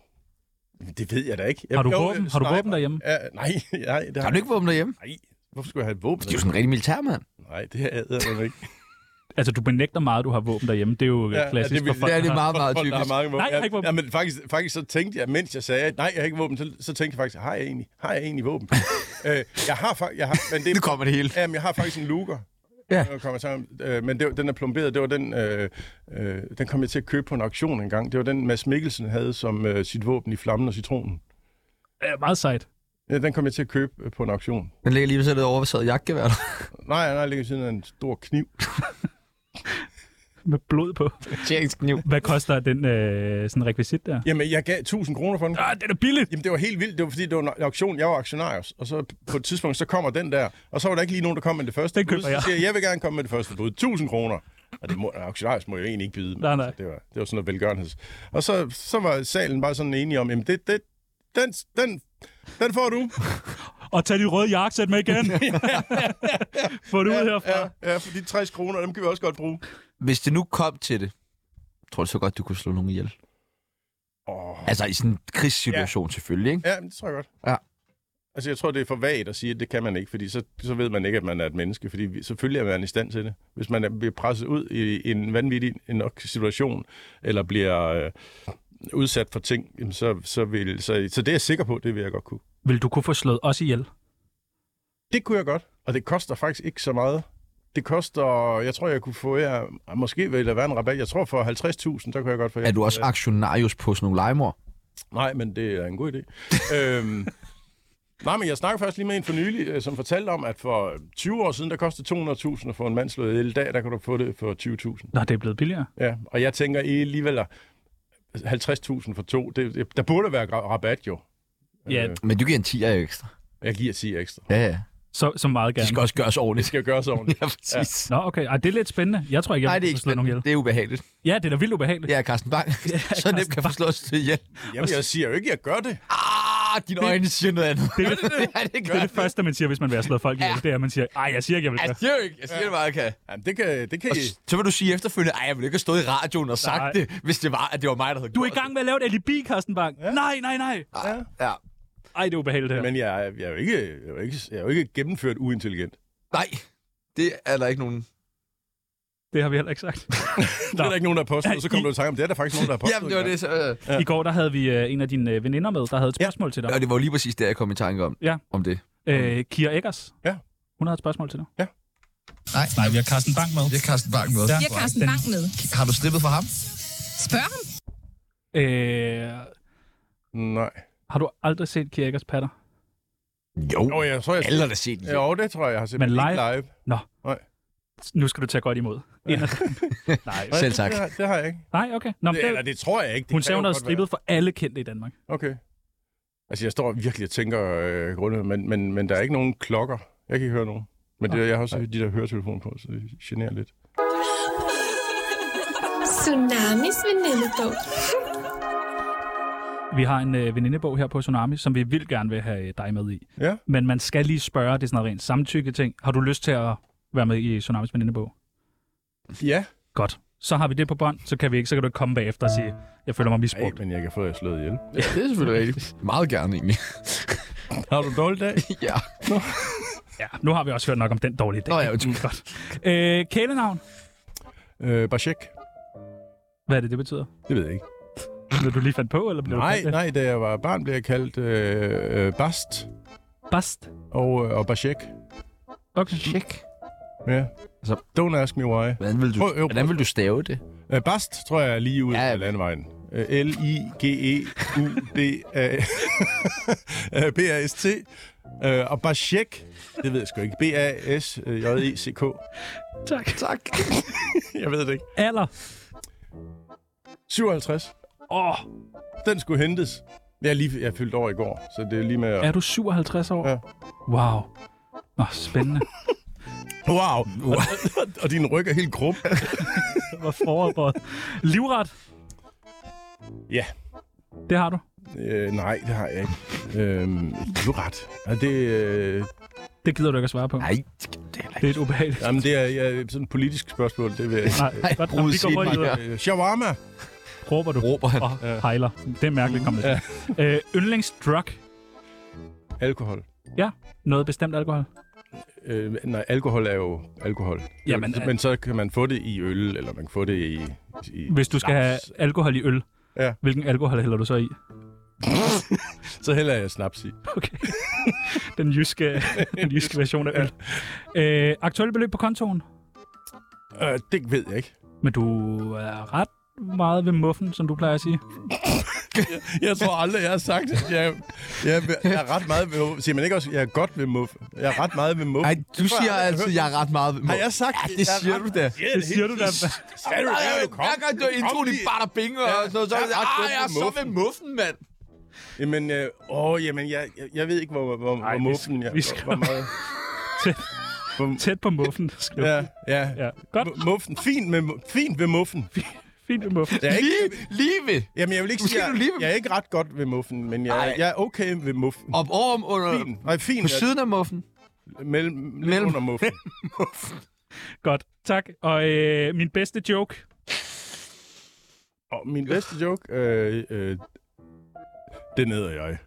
B: det ved jeg da ikke. Jeg
D: Har du
B: jo,
D: våben? Har du
B: sniper.
D: våben derhjemme?
B: Ja, nej, nej, det har
A: Har du ikke våben derhjemme?
B: Nej, hvorfor skulle jeg have et våben?
A: Det er jo sådan en rigtig militær, mand.
B: Nej, det her æder man ikke.
D: Altså, du benægter meget, at du har våben derhjemme. Det er jo
B: Ja,
D: ja, klassisk
B: det vil-
D: for folk.
A: Det er det
D: der har-
A: meget,
B: <laughs>
A: meget
B: Folk, der har
A: typisk.
B: mange våben.
D: Nej, jeg har ikke våben.
B: Ja, men faktisk, faktisk så tænkte jeg, mens jeg sagde, nej, jeg har ikke våben, så, så tænkte jeg faktisk, har jeg egentlig, har jeg egentlig
A: <laughs>
B: våben? øh, jeg har faktisk, jeg har, men det,
A: Nu kommer det hele.
B: Jamen, jeg har faktisk en luger.
A: Ja.
B: Jeg kommer til, øh, men det, var- den er plomberet. Det var den, øh, øh, den kom jeg til at købe på en auktion engang. Det var den, Mads Mikkelsen havde som øh, sit våben i Flammen og Citronen.
D: Ja, meget sejt.
B: Ja, den kom jeg til at købe øh, på en auktion.
A: Den ligger lige ved siden af et oversaget <laughs> jagtgevær. der.
B: Nej, nej, det ligger ved siden af en stor kniv.
D: Med blod på.
A: Tjeringskniv.
D: Hvad koster den øh, sådan rekvisit der?
B: Jamen, jeg gav 1000 kroner for den.
D: Ah, den er billig!
B: Jamen, det var helt vildt. Det var, fordi det var en auktion. Jeg var aktionær, og så på et tidspunkt, så kommer den der. Og så var der ikke lige nogen, der kom med det første
D: Den køber
B: bud. Så
D: jeg.
B: siger jeg, jeg vil gerne komme med det første bud. 1000 kroner. Og det må, auktionarius må jo egentlig ikke byde. men
D: Nej, nej.
B: altså, Det var, det var sådan noget velgørenheds. Og så, så var salen bare sådan enige om, jamen, det, det, den, den, den får du.
D: Og tag de røde jakkesæt med
B: <laughs>
D: igen! Få det ud herfra.
B: ja, ja, for de 60 kroner, dem kan vi også godt bruge.
A: Hvis det nu kom til det, tror du så godt, du kunne slå nogen ihjel?
B: Oh.
A: Altså i sådan en krigssituation ja. selvfølgelig, ikke?
B: Ja, men det tror jeg godt.
A: Ja.
B: Altså, jeg tror, det er for vagt at sige, at det kan man ikke, fordi så, så ved man ikke, at man er et menneske, fordi vi, selvfølgelig er man i stand til det. Hvis man er- bliver presset ud i en vanvittig nok situation, eller bliver øh, udsat for ting, jamen, så, så, vil, så, så det er jeg sikker på, det vil jeg godt kunne.
D: Vil du kunne få slået os ihjel?
B: Det kunne jeg godt, og det koster faktisk ikke så meget. Det koster, jeg tror, jeg kunne få jer, måske vil der være en rabat, jeg tror for 50.000, der kunne jeg godt få jer. Øh,
A: Er du også aktionarius på sådan nogle legemord?
B: Nej, men det er en god idé. <laughs> øhm, nej, men jeg snakker faktisk lige med en for nylig, øh, som fortalte om, at for 20 år siden, der kostede 200.000 at få en mand slået ihjel. I dag, der kan du få det for 20.000.
D: Nå, det er blevet billigere.
B: Ja, og jeg tænker I alligevel, at 50.000 for to, det, det, der burde være ra- rabat jo.
D: Ja,
B: Øh,
A: Men du giver en 10'er ekstra.
B: jeg giver 10 ekstra.
A: Ja, ja.
D: så, så meget
A: Det
D: gerne.
A: skal også gøres
B: Det
A: ordentligt.
B: skal jo gøres
A: <laughs>
B: ordentligt.
A: Ja, præcis. Ja.
D: Nå, okay. Ej, det er lidt spændende. Jeg tror ikke, jeg
A: Nej, det er
D: vil
A: ikke
D: kunne slå nogen ihjel.
A: spændende. Det er ubehageligt.
D: Ja, det er da vildt ubehageligt.
A: Ja, Carsten Bang. så nemt kan forslås til ihjel.
B: Jamen, jeg siger jo ikke, at jeg gør det.
A: Ah, dine øjne siger noget andet.
D: Det er det,
A: ja, det
D: det,
A: gør
D: er det
A: det.
D: første, man siger, hvis man vil have slået folk ihjel. Det er, at man siger, ej, jeg siger ikke, jeg vil
A: Jeg
D: gøre.
A: siger jo ikke. Jeg siger det bare, jeg kan.
B: Jamen, det kan, det kan
A: Og
B: I.
A: s- så vil du sige efterfølgende, at jeg ville ikke have stået i radioen og sagt
D: Nej.
A: det, hvis det var, at det var mig, der havde
D: Du er
A: gjort
D: i gang med at lave et alibi, Carsten Bang. Ja. Nej, nej, nej.
A: det. Ja. ja.
D: Ej, det er ubehageligt det her. Men...
B: Men jeg, er- jeg, er jo ikke, jeg, er jo ikke, jeg er jo ikke gennemført uintelligent.
A: Nej, det er der ikke nogen.
D: <laughs> Det har vi heller ikke sagt.
B: Det er der ikke nogen, der har
A: <laughs>
B: påstået,
D: Ja,
B: så kom
D: I-
B: du i tanke om, det er der faktisk nogen, der har påstået.
A: Jamen, det var det. Så, øh.
D: I går, der havde vi øh, en af dine øh, veninder med, der havde et spørgsmål til dig.
A: Og det var jo lige præcis det, jeg kom i tanke om.
D: Ja.
A: Om det.
D: Øh, Kira Eggers.
B: Ja.
D: Hun havde et spørgsmål til dig.
F: Nej, nej, vi har Carsten Bang med.
G: Det er Carsten Bang med.
F: Ja.
G: Ja.
H: Vi har Carsten Bang med.
G: Har du slippet for ham?
H: Spørg ham.
D: Øh,
B: Nej.
D: har du aldrig set Kira Eggers patter?
A: Jo,
B: Jo, jeg tror, jeg
A: alle har da set den.
B: Jo, det tror jeg, jeg har set.
D: Men
B: Men live?
D: live?
B: live.
D: Nu skal du tage godt imod. Ind ad- nej,
A: Selv tak.
B: Det, har, det har jeg ikke.
D: nej, okay. Nå, men
B: Det, eller
D: det,
B: det tror jeg ikke. Det
D: hun
B: kan
D: sagde,
B: jo
D: hun havde
B: godt
D: strippet for alle kendte i Danmark.
B: være. Okay. Altså, jeg står virkelig og tænker øh, grundet, men, men, men der er ikke nogen klokker. Jeg kan ikke høre nogen. Men det, jeg har også de der høretelefoner på, så det generer lidt.
H: Tsunamis venindebog.
D: Vi har en øh, venindebog her på Tsunami, som vi vildt gerne vil have øh, dig med i.
B: Ja.
D: Men man skal lige spørge, det er sådan noget rent samtykke-ting. Har du lyst til at være med i Tsunamis venindebog?
B: Ja.
D: Godt. Så har vi det på bånd, så kan vi ikke, så kan du ikke komme bagefter og sige, jeg føler mig
B: Ej,
D: misbrugt.
B: men jeg kan få jer slået
D: <laughs>
B: ihjel.
A: Ja, det er selvfølgelig rigtigt. Meget gerne, egentlig.
B: Har du en dårlig dag?
A: ja.
D: Ja, nu har vi også hørt nok om den dårlige dag.
A: Nå, ja, undskyld.
D: <laughs> Godt. Øh, kælenavn.
B: øh, bare tjek.
D: Hvad er det, det betyder?
B: Det ved jeg ikke.
D: Blev du lige fandt på, eller blev du
B: Nej,
D: kaldt det?
B: nej, da jeg var barn, blev jeg kaldt øh, øh, Bast
D: Bast.
B: og, øh, og bare tjek.
D: Okay.
B: Ja.
A: Altså-
B: Don't ask me why.
A: Hvordan vil du,
B: Prøv, øh,
A: hvordan vil du stave det?
B: Øh, Bast, tror jeg, er lige ude
A: Ja.
B: ja. af landvejen. Øh, E <laughs> L-I-G-E-U-D-A... Øh, B-A-S-T. Øh, og Bashek, det ved jeg sgu ikke. B-A-S-J-E-C-K.
D: Tak. Tak.
B: Jeg ved det ikke.
D: Alder.
B: 57.
D: Åh,
B: Den skulle hentes. Jeg, er lige, jeg fyldte over i går, så det er lige med...
D: er
B: At...
D: du 57 år?
B: Ja.
D: Wow. Nå, spændende.
B: Wow! <laughs> wow. og din ryg er helt grum.
D: Hvor forberedt. Livret,
B: ja.
D: det har du.
B: Øh, nej, det har jeg ikke. Øhm, du er ret. Ja, det, øh,
D: Det gider du ikke at svare på.
A: Nej, det er
D: Det er et ubehageligt.
B: jamen, det er ja, sådan et politisk spørgsmål. Det vil jeg ikke.
D: Nej, godt. Jamen, vi går hurtigt videre.
B: Øh, shawarma.
D: Råber du
A: Råber han.
D: og hejler. Det er mærkeligt kommet.
B: Ja.
D: Øh, yndlingsdrug.
B: Alkohol.
D: Noget bestemt alkohol?
B: Øh, nej, alkohol er jo alkohol.
D: Jamen, øh.
B: men så kan man få det i øl, eller man kan få det i... i
D: Hvis du skal have
B: snaps.
D: alkohol i øl,
B: Ja.
D: hvilken alkohol hælder du så i?
B: Så hælder jeg snaps i.
D: Okay. Den
B: <laughs>
D: jyske, den jyske version af øl. Øh, aktuelle beløb på kontoen?
B: Øh, det ved jeg ikke.
D: Men du er ret meget ved muffen, som du plejer at sige.
B: Jeg tror aldrig, jeg har sagt det. Jeg, jeg, jeg er ret meget ved... Siger man ikke også, jeg er godt ved muff? Jeg er ret meget ved muff.
A: Nej, du
B: tror jeg
A: siger
B: aldrig, jeg
A: altid,
B: har
A: jeg er ret meget...
B: Har jeg sagt
A: Ja, det
B: Jeg er
A: siger
B: ret-
A: du da.
B: Yeah,
D: Det siger du da. <laughs>
B: Skal du
A: Ej,
B: jo
A: Hver gang du har introen i Bart og Bingo og sådan noget, så er det,
B: Jeg er ret
A: "Ah,
B: god
A: jeg er
B: ved
A: så
B: muffen."
A: ved muffen, mand.
B: Jamen, øh, åh, jamen, jeg, jeg, jeg ved ikke, hvor, hvor, hvor
D: Ej, vi
B: muffen
D: skal-
B: jeg...
D: vi skal-
B: Hvor meget...
D: Tæt på muffen, skriver
B: Ja,
D: <laughs> ja.
B: ja.
D: ja. Godt.
B: M- Muffen. Fint, med, mu- fint ved muffen.
D: Fint ved muffen.
B: Jeg er ikke,
A: Lige, lige ved.
B: jamen, jeg vil ikke
A: Måske
B: sige,
A: er du lige
B: jeg,
A: ved-
B: jeg er ikke ret godt ved muffen, men jeg,
A: Ej.
B: jeg er okay ved muffen.
A: Op over om under...
B: Fint. Nej, fint.
A: På
B: ja.
A: siden af muffen.
B: Mellem, mellem.
A: Mellem.
B: under muffen.
D: Godt. Tak. Og øh, min bedste joke.
B: Og min bedste joke, øh, øh, den æder jeg.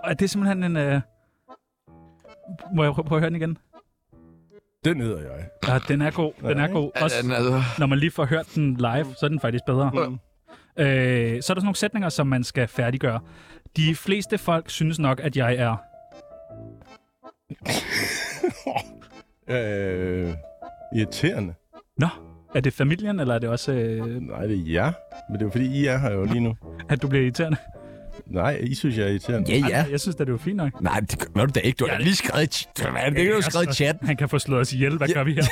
D: Og det er simpelthen en... Øh... Må jeg prø- prøve at høre den igen?
B: Den æder jeg.
D: Ja, den er god. Den er god. Også,
A: Den, altså.
D: når man lige får hørt den live, så er den faktisk bedre.
B: Mm.
D: Øh, så er der sådan nogle sætninger, som man skal færdiggøre. De fleste folk synes nok, at jeg er...
B: Øh, irriterende.
D: Nå, er det familien, eller er det også, øh,
B: Nej, det er jer. Men det er jo fordi, I er her jo lige nu.
D: at du bliver irriterende?
B: Nej, I synes, jeg er irriterende.
A: Ja, ja.
D: Jeg synes da, det er jo fint nok.
A: Nej, det gør du da ikke. Du har
D: Ja,
A: da
D: det-
A: lige skrevet i ch- Hvad er det, ikke, du har skrevet i chatten.
D: Altså, Han kan få slået os ihjel. Hvad gør vi her?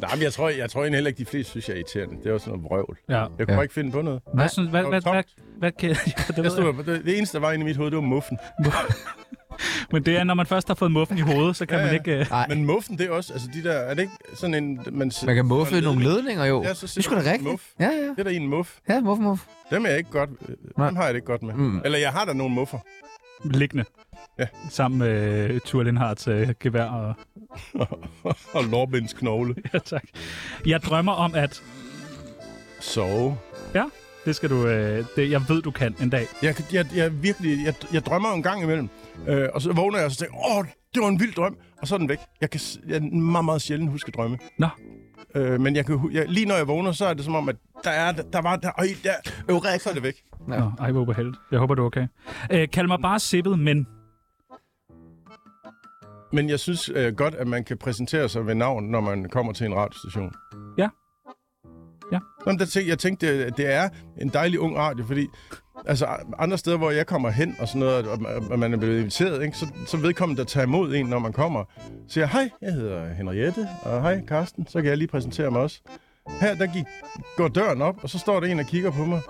B: Nej, men jeg tror, jeg tror egentlig heller ikke, de fleste synes, jeg er irriterende. Det er jo sådan noget vrøvl.
D: Ja.
B: Jeg kunne
A: Ja.
B: bare ikke finde på noget.
D: Hvad, synes, hvad,
B: Og
D: hvad,
B: tomt.
D: hvad, hvad kan... <laughs> Ja, det,
B: Jeg
D: ved jeg.
B: stod, det, det eneste, der var inde i mit hoved, det var muffen.
D: Men det er, når man først har fået muffen i hovedet, så kan
B: Ja,
D: man
B: ja.
D: ikke... Øh...
A: Nej,
B: Men muffen, det er også... Altså, de der... Er det ikke sådan en... Man,
A: man kan muffe nogle ledninger jo.
B: Ja, så siger
A: Det skulle
B: man
A: da rigtigt.
B: muff.
A: Ja, ja.
B: Det er da en muff.
A: Ja, muff, muff.
B: Dem er jeg ikke godt... øh,
A: Nej.
B: Dem har jeg det ikke godt med.
A: Mm.
B: Eller jeg har da nogle muffer. <laughs>
D: liggende.
B: Ja.
D: Sammen med uh, Thur Lindhards uh, gevær og...
B: og lårbinds knogle.
D: Ja, tak. Jeg drømmer om, at...
B: Sove.
D: Ja, det skal du... Uh, det, jeg ved, du kan en dag.
B: Jeg, kan- jeg, jeg virkelig, jeg, jeg drømmer jo en gang imellem. Øh, og så vågner jeg, og så tænker åh, det var en vild drøm. Og så er den væk. Jeg kan s- jeg meget, meget sjældent huske drømme.
D: Nå.
B: Øh, men jeg kan, hu- jeg, lige når jeg vågner, så er det som om, at der, er, der var... Der, øj, der, øh, så er det væk.
D: Ja. Nå, ej, hvor ubehageligt. Jeg håber, du er okay. Uh, kald mig bare sippet, men... øh,
B: Men jeg synes øh, godt, at man kan præsentere sig ved navn, når man kommer til en radiostation.
D: Ja. Ja.
B: Jamen, der tænkte, jeg tænkte, det, det er en dejlig ung radio, fordi altså, andre steder, hvor jeg kommer hen og sådan noget, og man- og man er blevet inviteret, ikke, så, så vedkommende, der tager imod en, når man kommer, siger, hej, jeg hedder Henriette, og hej, Karsten, så kan jeg lige præsentere mig også. Her, der gik, går døren op, og så står der en og kigger på mig.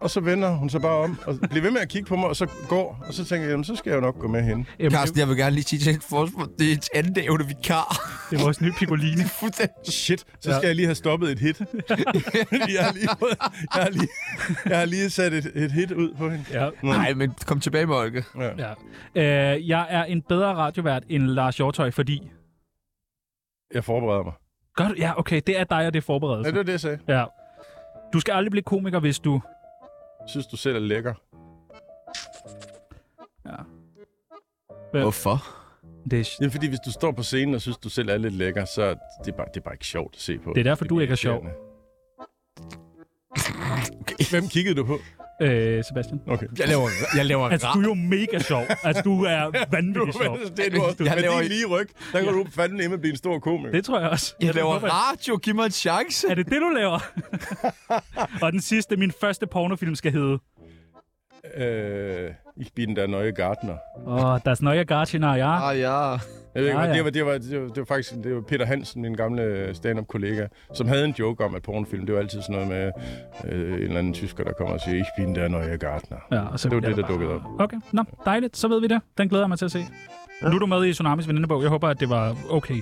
B: Og så vender hun sig bare om, og bliver ved med at kigge på mig, og så går. Og så tænker jeg, jamen, så skal jeg jo nok gå med hende.
D: Jamen,
A: Carsten, jeg vil gerne lige sige til hende forsvar. Det er et andet dag, hun er vikar. <laughs>
D: det, det er vores nye Piccoline.
A: Det er fuldstændig...
B: Shit, så
D: Ja.
B: skal jeg lige have stoppet et hit.
D: <laughs>
B: Fordi jeg, har lige, fået- jeg, har lige, jeg har lige sat et, et hit ud på hende.
D: ja.
A: Nej, men kom tilbage med Olke.
B: Ja.
D: ja. Uh, jeg er en bedre radiovært end Lars Hjortøj, fordi...
B: Jeg forbereder mig.
D: Gør du? Ja, okay, det er dig, og det er
B: Ja, det
D: forberedelse.
B: var det, jeg sagde.
D: Ja. Du skal aldrig blive komiker, hvis du...
B: Synes du selv er lækker?
A: Hvorfor?
D: Det er,
B: Det er fordi, hvis du står på scenen og synes, du selv er lidt lækker, så er det er bare, det er bare ikke sjovt at se på.
D: det er derfor, du ikke er sjov,
B: irriterende. Hvem kiggede du på?
D: øh, Sebastian.
B: Okay.
A: Jeg laver, jeg laver
D: Altså, du er jo mega sjov. Altså, du <laughs> er vanvittig sjov. Altså,
B: Det er du,
A: Jeg
B: med
A: laver-
B: din lige ryg, der kan du fandme nemme blive en stor komiker.
D: Det tror jeg også.
A: Jeg laver
D: håber
A: radio. Giv mig en chance.
D: Er det det, du
A: <laughs>
D: laver? og den sidste, min første pornofilm skal hedde.
B: Øh, ich bin der neue Gartner.
D: Åh, der er nøje Gartchen og jeg.
A: Ah, ja.
B: Jeg ved ikke,
D: Ja,
B: ja, ja.
D: ja.
B: Det, var, det, var, det, var, det var faktisk det var Peter Hansen, min gamle stand-up kollega, som havde en joke om, at pornofilm, det var altid sådan noget med øh, en eller anden tysker, der kommer og siger, ich bin der neue Gartner.
D: Ja, og så
B: Det var det,
D: bliver
B: der
D: bare-
B: dukkede op.
D: Okay, nå, dejligt. Så ved vi det. Den glæder jeg mig til at se. Nu er du med i Tsunamis venindebog. Jeg håber, at det var okay.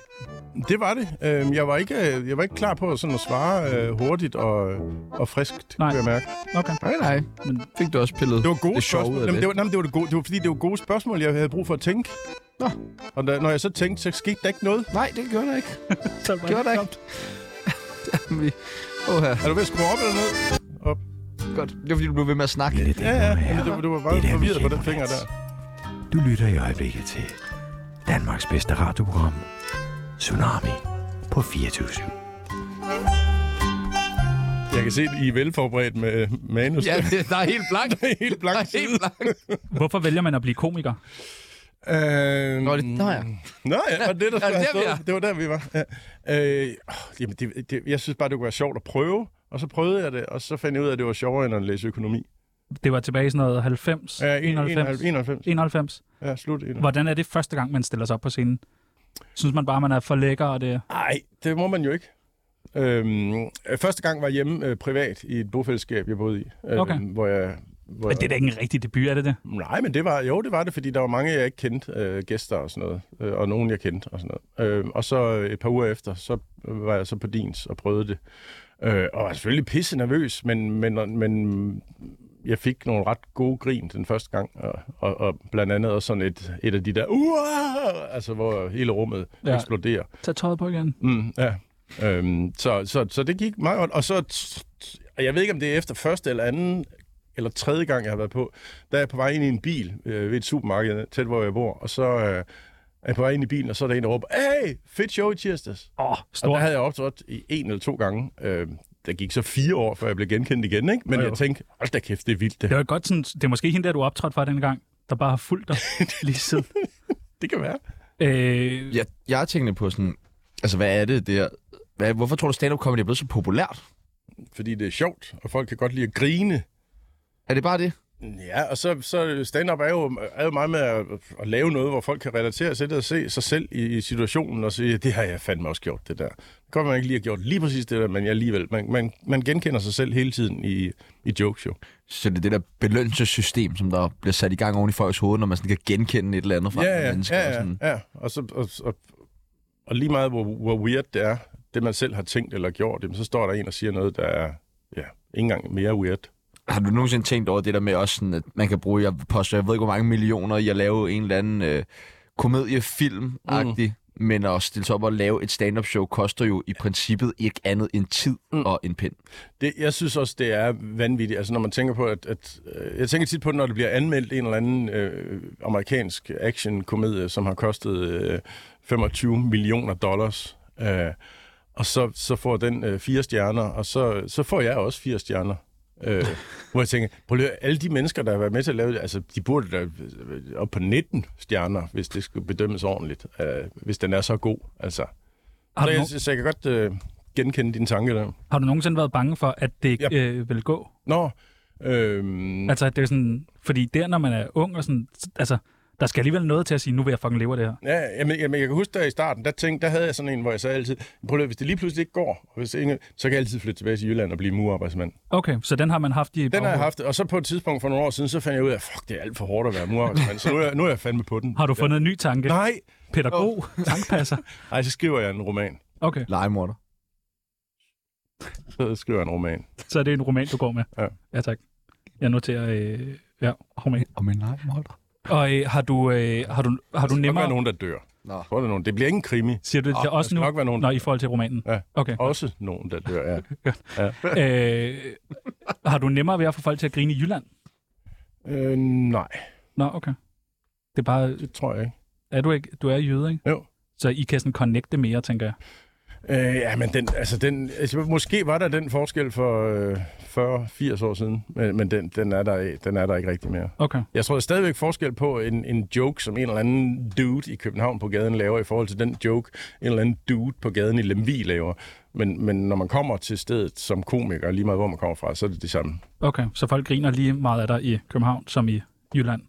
B: Det var det. Øhm, Jeg var ikke, øh, jeg var ikke klar på sådan at svare øh, hurtigt og, og friskt,
D: Nej.
B: Nej. kunne jeg mærke.
D: Okay.
A: Nej, nej. Men fik du også pillet
B: Det var gode
A: det
B: det
A: sjove
B: spørgsmål.
A: ud af
B: Jamen,
A: det.
B: det var, nej, men det var det gode, det var, fordi det var gode spørgsmål, jeg havde brug for at tænke.
A: Nå.
B: Og da, når jeg så tænkte, så skete der ikke noget.
A: Nej, det gjorde der ikke.
D: Så er det bare-
A: Gjorde der ikke. <laughs> Vi... Åh, her.
B: Er du ved at skrue op eller ned?
A: Godt. Det var, fordi du blev ved med at snakke.
B: Ja, ja. Jamen, det, var- du var bare forvirret på den finger der.
G: Du lytter i øjeblikket til Danmarks bedste radioprogram, Tsunami på 24
B: Jeg kan se, at I er velforberedt med øh, manus.
A: Ja, det, der er helt <laughs> blank.
B: Det er <laughs> helt
A: Der
B: blank
A: er helt blank.
D: Hvorfor vælger man at blive komiker?
B: Øhm,
A: Nå, det, nå ja.
B: Nå ja, og det,
A: Nå,
B: der, der,
A: det er der, vi
B: der
A: er.
B: stod, det var der, vi var. Ja. Øh, åh, jamen, det, det, jeg synes bare, det kunne være sjovt at prøve, og så prøvede jeg det, og så fandt jeg ud af, at det var sjovere end at læse økonomi. Øh,
D: Det var tilbage i sådan noget 90,
B: Ja, 91.
D: 91.
B: 91.
D: 91.
B: Ja, slut. 91.
D: Hvordan er det første gang, man stiller sig op på scenen? Synes man bare, man er for lækker, og det...
B: Nej, det må man jo ikke. Øhm, øh, første gang var jeg hjemme øh, privat i et bofællesskab, jeg boede i. Øh,
D: Okay.
B: Hvor jeg... Hvor
D: Men det er da ikke en rigtig debut, er det det?
B: Nej, men det var, jo, det var det, fordi der var mange, jeg ikke kendte, øh, gæster og sådan noget, øh, og nogen, jeg kendte og sådan noget. Øh, og så øh, et par uger efter, så øh, var jeg så på dins og prøvede det. Øh, og var selvfølgelig pisse nervøs, men, men, men jeg fik nogle ret gode grin den første gang, og, og, og blandt andet også sådan et, et af de der, Uah! altså hvor hele rummet
D: Ja.
B: ja. eksploderer.
D: Tag tøjet på igen.
B: Mm, ja. Øhm, så, så, så det gik meget godt. Og så, og jeg ved ikke, om det er efter første eller anden eller tredje gang, jeg har været på, der er jeg på vej ind i en bil øh, ved et supermarked tæt, hvor jeg bor, og så øh, er jeg på vej ind i bilen, og så er der en, der råber, hey, fedt show i tirsdags.
D: Åh, oh,
B: Og der
D: stor.
B: havde jeg optrådt i en eller to gange. Øh, der gik så fire år, før jeg blev genkendt igen, ikke? Men
D: Jo, jo.
B: jeg tænkte, hold da kæft, det er vildt det
D: Det
B: her.
D: var godt sådan... Det er måske hende, der du optrådte for dengang, der bare har fulgt dig lige siden.
B: <laughs> Det kan være.
D: Øh,
A: Jeg, jeg er tænkende på sådan... Altså, hvad er det der... Hvad, hvorfor tror du, stand-up comedy er blevet så populært?
B: Fordi det er sjovt, og folk kan godt lide at grine.
A: Er det bare det?
B: Ja, og så, så stand-up er jo, er jo meget med at, at lave noget, hvor folk kan relatere sig til og se sig selv i, i situationen og sige, det har jeg fandme også gjort, det der. Det kan godt, man ikke lige har gjort lige præcis det der, men jeg alligevel, man, man, man genkender sig selv hele tiden i, i jokes jo.
A: Så det er det der belønnelsessystem, som der bliver sat i gang oven i folks hoved, når man sådan kan genkende et eller andet fra andre
B: Ja, ja,
A: mennesker. og
B: ja,
A: sådan.
B: ja, ja. Og, så, og, og, og lige meget, hvor, hvor weird det er, det man selv har tænkt eller gjort, jamen, så står der en og siger noget, der er ja, ikke engang mere weird.
A: Har du nogensinde tænkt over det der med også sådan, at man kan bruge, jeg påstår, jeg ved ikke, hvor mange millioner i at lave en eller anden øh, komediefilm mm. men at stille sig op og lave et stand-up show koster jo i princippet ikke andet end tid mm. og en pind.
B: Det, jeg synes også, det er vanvittigt. Altså, når man tænker på, at... at øh, jeg tænker tit på, det, når det bliver anmeldt en eller anden øh, amerikansk action-komedie, som har kostet øh, 25 millioner dollars, øh, og så, så får den øh, fire stjerner, og så, så får jeg også fire stjerner.
D: <laughs>
B: Øh, hvor jeg tænker, prøv lige, at høre, alle de mennesker, der har været med til at lave det, altså, de burde da øh, op på 19 stjerner, hvis det skulle bedømmes ordentligt, øh, hvis den er så god. Altså.
D: har,
B: Så,
D: du
B: jeg,
D: no-
B: så jeg kan godt øh, genkende dine tanker der.
D: har du nogensinde været bange for, at det
B: Ja.
D: ikke øh, vil gå?
B: Nå, øhm,
D: Altså, at det er sådan... Fordi der, når man er ung og sådan... Altså, der skal alligevel noget til at sige, nu vil jeg fucking leve af det her.
B: Ja, jamen, jamen, jeg kan huske der i starten, der, tænkte, der havde jeg sådan en, hvor jeg sagde altid, prøv lige, hvis det lige pludselig ikke går, og hvis ikke, så kan jeg altid flytte tilbage til Jylland og blive murarbejdsmand.
D: Okay, så den har man haft i
B: Den har jeg
D: baghovedet.
B: haft, og så på et tidspunkt for nogle år siden, så fandt jeg ud af, fuck, det er alt for hårdt at være murarbejdsmand, så nu er, jeg- nu er jeg fandme på den.
D: Har du fundet en ny tanke?
B: Ja. Nej, <laughs>
D: Pædagog? Tankpasser?
B: nej, så skriver jeg en roman.
D: Okay,
A: Legemorder.
B: Så skriver jeg en roman.
D: så er det en roman, du går med.
B: Ja.
D: ja tak. Jeg noterer... Øh, ja, roman.
A: Og min legemorder.
D: Og øh, har, du, øh, har, du, har du
B: Der kan
D: nemmere...
B: være nogen, der dør.
A: Nå.
B: Jeg Tror, det, er nogen. det bliver ikke en krimi.
D: Siger du det til
B: Åh, der
D: os
B: skal
D: nu?
B: nok være nogen,
D: Nå,
B: der-
D: i forhold til romanen.
B: Ja. <laughs>
D: Okay.
B: Også nogen, der dør,
D: <laughs>
B: ja.
D: Øh, har du nemmere ved at få folk til at grine i Jylland?
B: øh, nej,
D: Nå, okay. Det er bare...
B: det tror jeg ikke.
D: Er du ikke... Du er jøde, ikke?
B: Jo.
D: Så I kan sådan connecte mere, tænker jeg.
B: Øh, ja, men den, altså den, altså, måske var der den forskel for øh, 40-80 år siden, men, men den, den, er der, den er der ikke rigtig mere.
D: Okay.
B: Jeg tror, der er stadigvæk forskel på en, en joke, som en eller anden dude i København på gaden laver, i forhold til den joke, en eller anden dude på gaden i Lemvi laver. Men, men når man kommer til stedet som komiker, lige meget hvor man kommer fra, så er det det samme.
D: Okay, så folk griner lige meget af dig i København som i Jylland.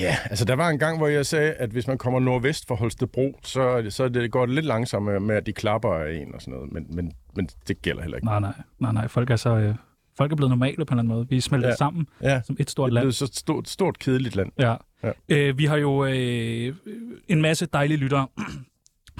B: Ja, altså der var en gang, hvor jeg sagde, at hvis man kommer nordvest for Holstebro, så, så det går det lidt langsommere med, at de klapper af en og sådan noget. Men, men, men det gælder heller ikke.
D: Nej, nej, nej, nej. Folk er så... Øh, folk er blevet normale på en eller anden måde. Vi er smeltet
B: Ja.
D: ja. sammen
B: Ja,
D: som et stort
B: det er
D: land.
B: blevet så stort, stort kedeligt land.
D: Ja.
B: Ja.
D: ja. Øh, vi har jo øh, en masse dejlige lyttere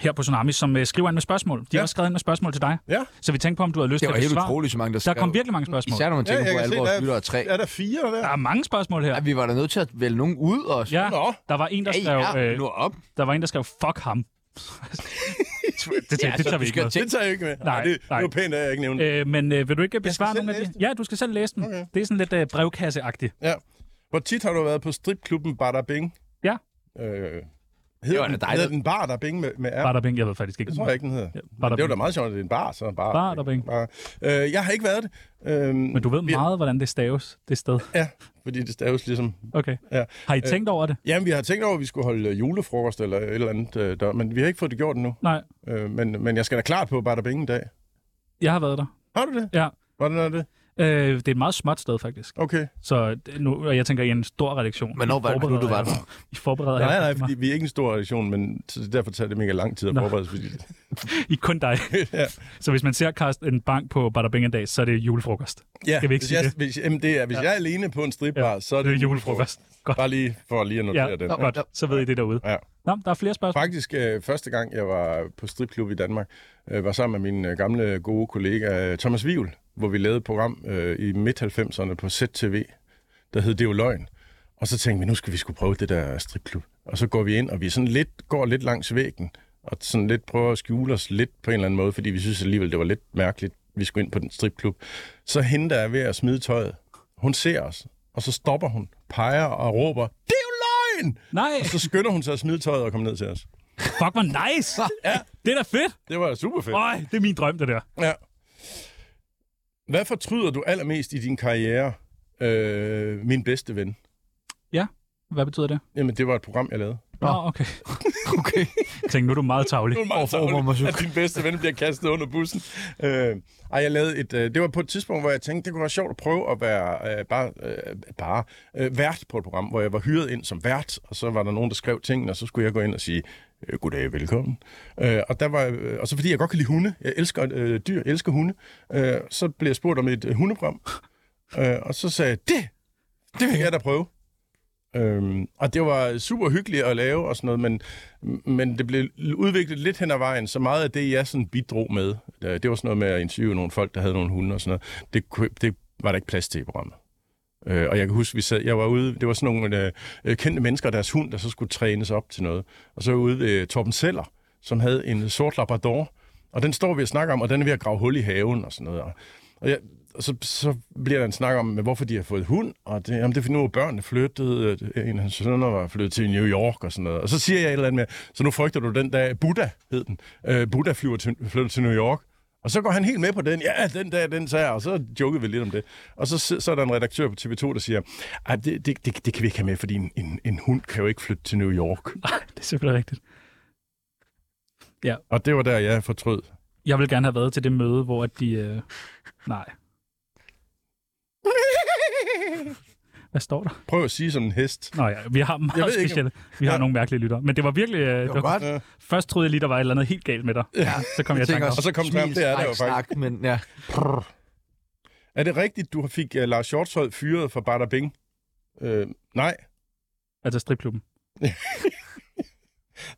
D: her på Tsunami, som øh, skriver ind med spørgsmål. De ja.
B: Ja.
D: har også skrevet ind med spørgsmål til dig.
B: Ja.
D: Så vi tænkte på, om du havde lyst
A: Det
D: til
A: var
D: at
A: helt
D: besvare.
A: utroligt, så mange, der
D: Der
A: skrev.
D: kom virkelig mange spørgsmål.
A: Især når man tænker ja, på, at alle vores lyttere er tre.
B: er der fire der?
D: Der er mange spørgsmål her.
A: Ja, vi var da nødt til at vælge nogen ud og
D: Ja,
B: Nå.
D: der var en, der skrev,
A: ja, ja,
D: øh,
A: nu op.
D: der var en, der skrev fuck ham. det, tager, det tager vi
A: Du
D: ikke
A: skal
D: med.
A: tænke,
B: Det tager jeg ikke med. Nej,
D: Nej,
B: det, det
D: nej.
B: var pænt, at jeg ikke nævnte.
D: Øh, men øh, vil du ikke besvare
B: selv
D: nogle af
B: læse
D: de? Ja, du skal selv læse den.
B: Okay.
D: Okay. Det er sådan lidt øh, brevkasseagtigt.
B: Ja. Hvor tit har du været på stripklubben Bada Bing?
D: Ja.
B: Øh, hedder
A: Det var
B: den,
A: da dig,
B: hedder
A: der-
B: den Bada Bing med, med R?
D: Bare der bing, jeg ved faktisk ikke.
B: Det tror jeg ikke, den hedder.
D: Ja,
B: Men
D: Bada
B: det var da
D: Bing.
B: meget sjovt, at det er en bar, så bare.
D: Bada Bing.
B: Bare. Øh, jeg har ikke været det. Øh,
D: Men du ved meget, hvordan det staves, det sted.
B: Ja, fordi det staves ligesom...
D: Okay.
B: Ja. Øh.
D: Har I tænkt over det?
B: Jamen, vi har tænkt over, at vi skulle holde øh, julefrokost eller et eller andet, øh, der, men vi har ikke fået det gjort endnu.
D: Nej,
B: Øh, men, men jeg skal da klart på Bada Bing en dag.
D: jeg har været der.
B: Har du det?
D: Ja.
B: Hvordan er det?
D: Øh, det er et meget småt sted, faktisk.
B: Okay.
D: Så det- nu, og jeg tænker, I er en stor redaktion.
A: Hvornår var det nu, du var der?
D: I forbereder jer.
B: Nej, nej, fordi vi er ikke en stor edition, men så derfor tager det mega lang tid at
D: Nå.
B: forberede sig. fordi-
D: I er kun dig.
B: <laughs> Ja.
D: Så hvis man ser Karsten en bank på Bada Bing en dag, så er det julefrokost.
B: Ja,
D: Skal vi ikke
B: hvis
D: sige
B: jeg,
D: det?
B: Hvis, jamen det er, hvis ja. jeg er alene på en stripbar, ja. så er
D: Det er
B: det
D: julefrokost. Godt.
B: Bare lige for lige at notere
D: Ja,
B: den.
D: godt. Så ved I det derude.
B: Ja.
D: Nå, der er flere spørgsmål.
B: Faktisk øh, første gang, jeg var på stripklub i Danmark, øh, var sammen med min øh, gamle gode kollega øh, Thomas Wivel, hvor vi lavede et program øh, i midt-90'erne på ZTV, der hed Det er jo løgn. Og så tænkte vi, nu skal vi skulle prøve det der stripklub. Og så går vi ind, og vi sådan lidt, går lidt langs væggen, og sådan lidt prøver at skjule os lidt på en eller anden måde, fordi vi synes alligevel, det var lidt mærkeligt, vi skulle ind på den stripklub. Så hende, der er ved at smide tøjet, hun ser os, og så stopper hun, peger og råber, det er jo løgn!
D: Nej,
B: Så skynder hun sig at smide tøjet og komme ned til os.
D: fuck, hvor nice! Det er da fedt!
B: Det var super fedt.
D: Øj, det er min drøm, det der.
B: Ja. Hvad fortryder du allermest i din karriere, øh, min bedste ven?
D: Hvad betyder det?
B: Jamen, det var et program, jeg lavede.
D: Nå,
B: <laughs>
D: okay.
A: Okay.
D: Jeg tænkte, nu er du meget tavlig.
B: Det var meget
A: hvor man
B: særligt,
A: så-
B: at din bedste ven bliver kastet under bussen. Øh, ej, jeg lavede et, øh, det var på et tidspunkt, hvor jeg tænkte, det kunne være sjovt at prøve at være øh, bare, øh, bare øh, vært på et program, hvor jeg var hyret ind som vært, og så var der nogen, der skrev ting, og så skulle jeg gå ind og sige, øh, goddag, velkommen. Øh, og, der var, øh, og så fordi jeg godt kan lide hunde, jeg elsker øh, dyr, jeg elsker hunde, øh, så blev jeg spurgt om et øh, hundeprogram, øh, og så sagde jeg, det, det vil jeg da prøve. Øhm, og det var super hyggeligt at lave og sådan noget, men, men det blev udviklet lidt hen ad vejen, så meget af det, jeg sådan bidrog med, øh, det var sådan noget med at interviewe nogle folk, der havde nogle hunde og sådan noget, det, kunne- det var der ikke plads til i programmet. Øh, og jeg kan huske, vi sad, jeg var ude, det var sådan nogle øh, øh, kendte mennesker og deres hund, der så skulle trænes op til noget. Og så var jeg ude ved Torben Seller, som havde en sort labrador, og den står vi og snakker om, og den er ved at grave hul i haven og sådan noget. Og, og jeg, og så, så bliver der en snak om, men hvorfor de har fået hund, og det, jamen det er fordi nu er børnene flyttet, øh, en af hans sønner var flyttet til New York og sådan noget. Og så siger jeg et eller andet med, så nu frygter du den dag, Buddha hed den, øh, Buddha flyver til, flytter til New York. Og så går han helt med på den, ja, den dag, den tager, og så jokede vi lidt om det. Og så, sid- så er der en redaktør på TV2, der siger, "Ej, det, det, det, det kan vi ikke have med, fordi en, en, en hund kan jo ikke flytte til New
D: <laughs>
B: York.
D: Det er selvfølgelig rigtigt.
B: Og det var der, jeg fortrød.
D: Jeg vil gerne have været til det møde, hvor at de... Øh... Nej. Hvad står der?
B: Prøv at sige som en hest.
D: Nå ja, vi har
B: Jeg
D: meget
B: ved ikke, om-
D: specielle. Vi har
B: Ja.
D: nogle mærkelige lytter. Men det var virkelig... Øh, det var...
A: godt.
B: Ja.
D: Først troede jeg lige, der var et eller andet helt galt med dig. Ja. Så kom jeg i tanke om.
B: Og så kom det frem, det er der jo faktisk.
A: Snak, men ja.
B: Er det rigtigt, du fik uh, Lars Hjortshøj fyret fra Bada Bing? Øh, nej,
D: Altså stripklubben.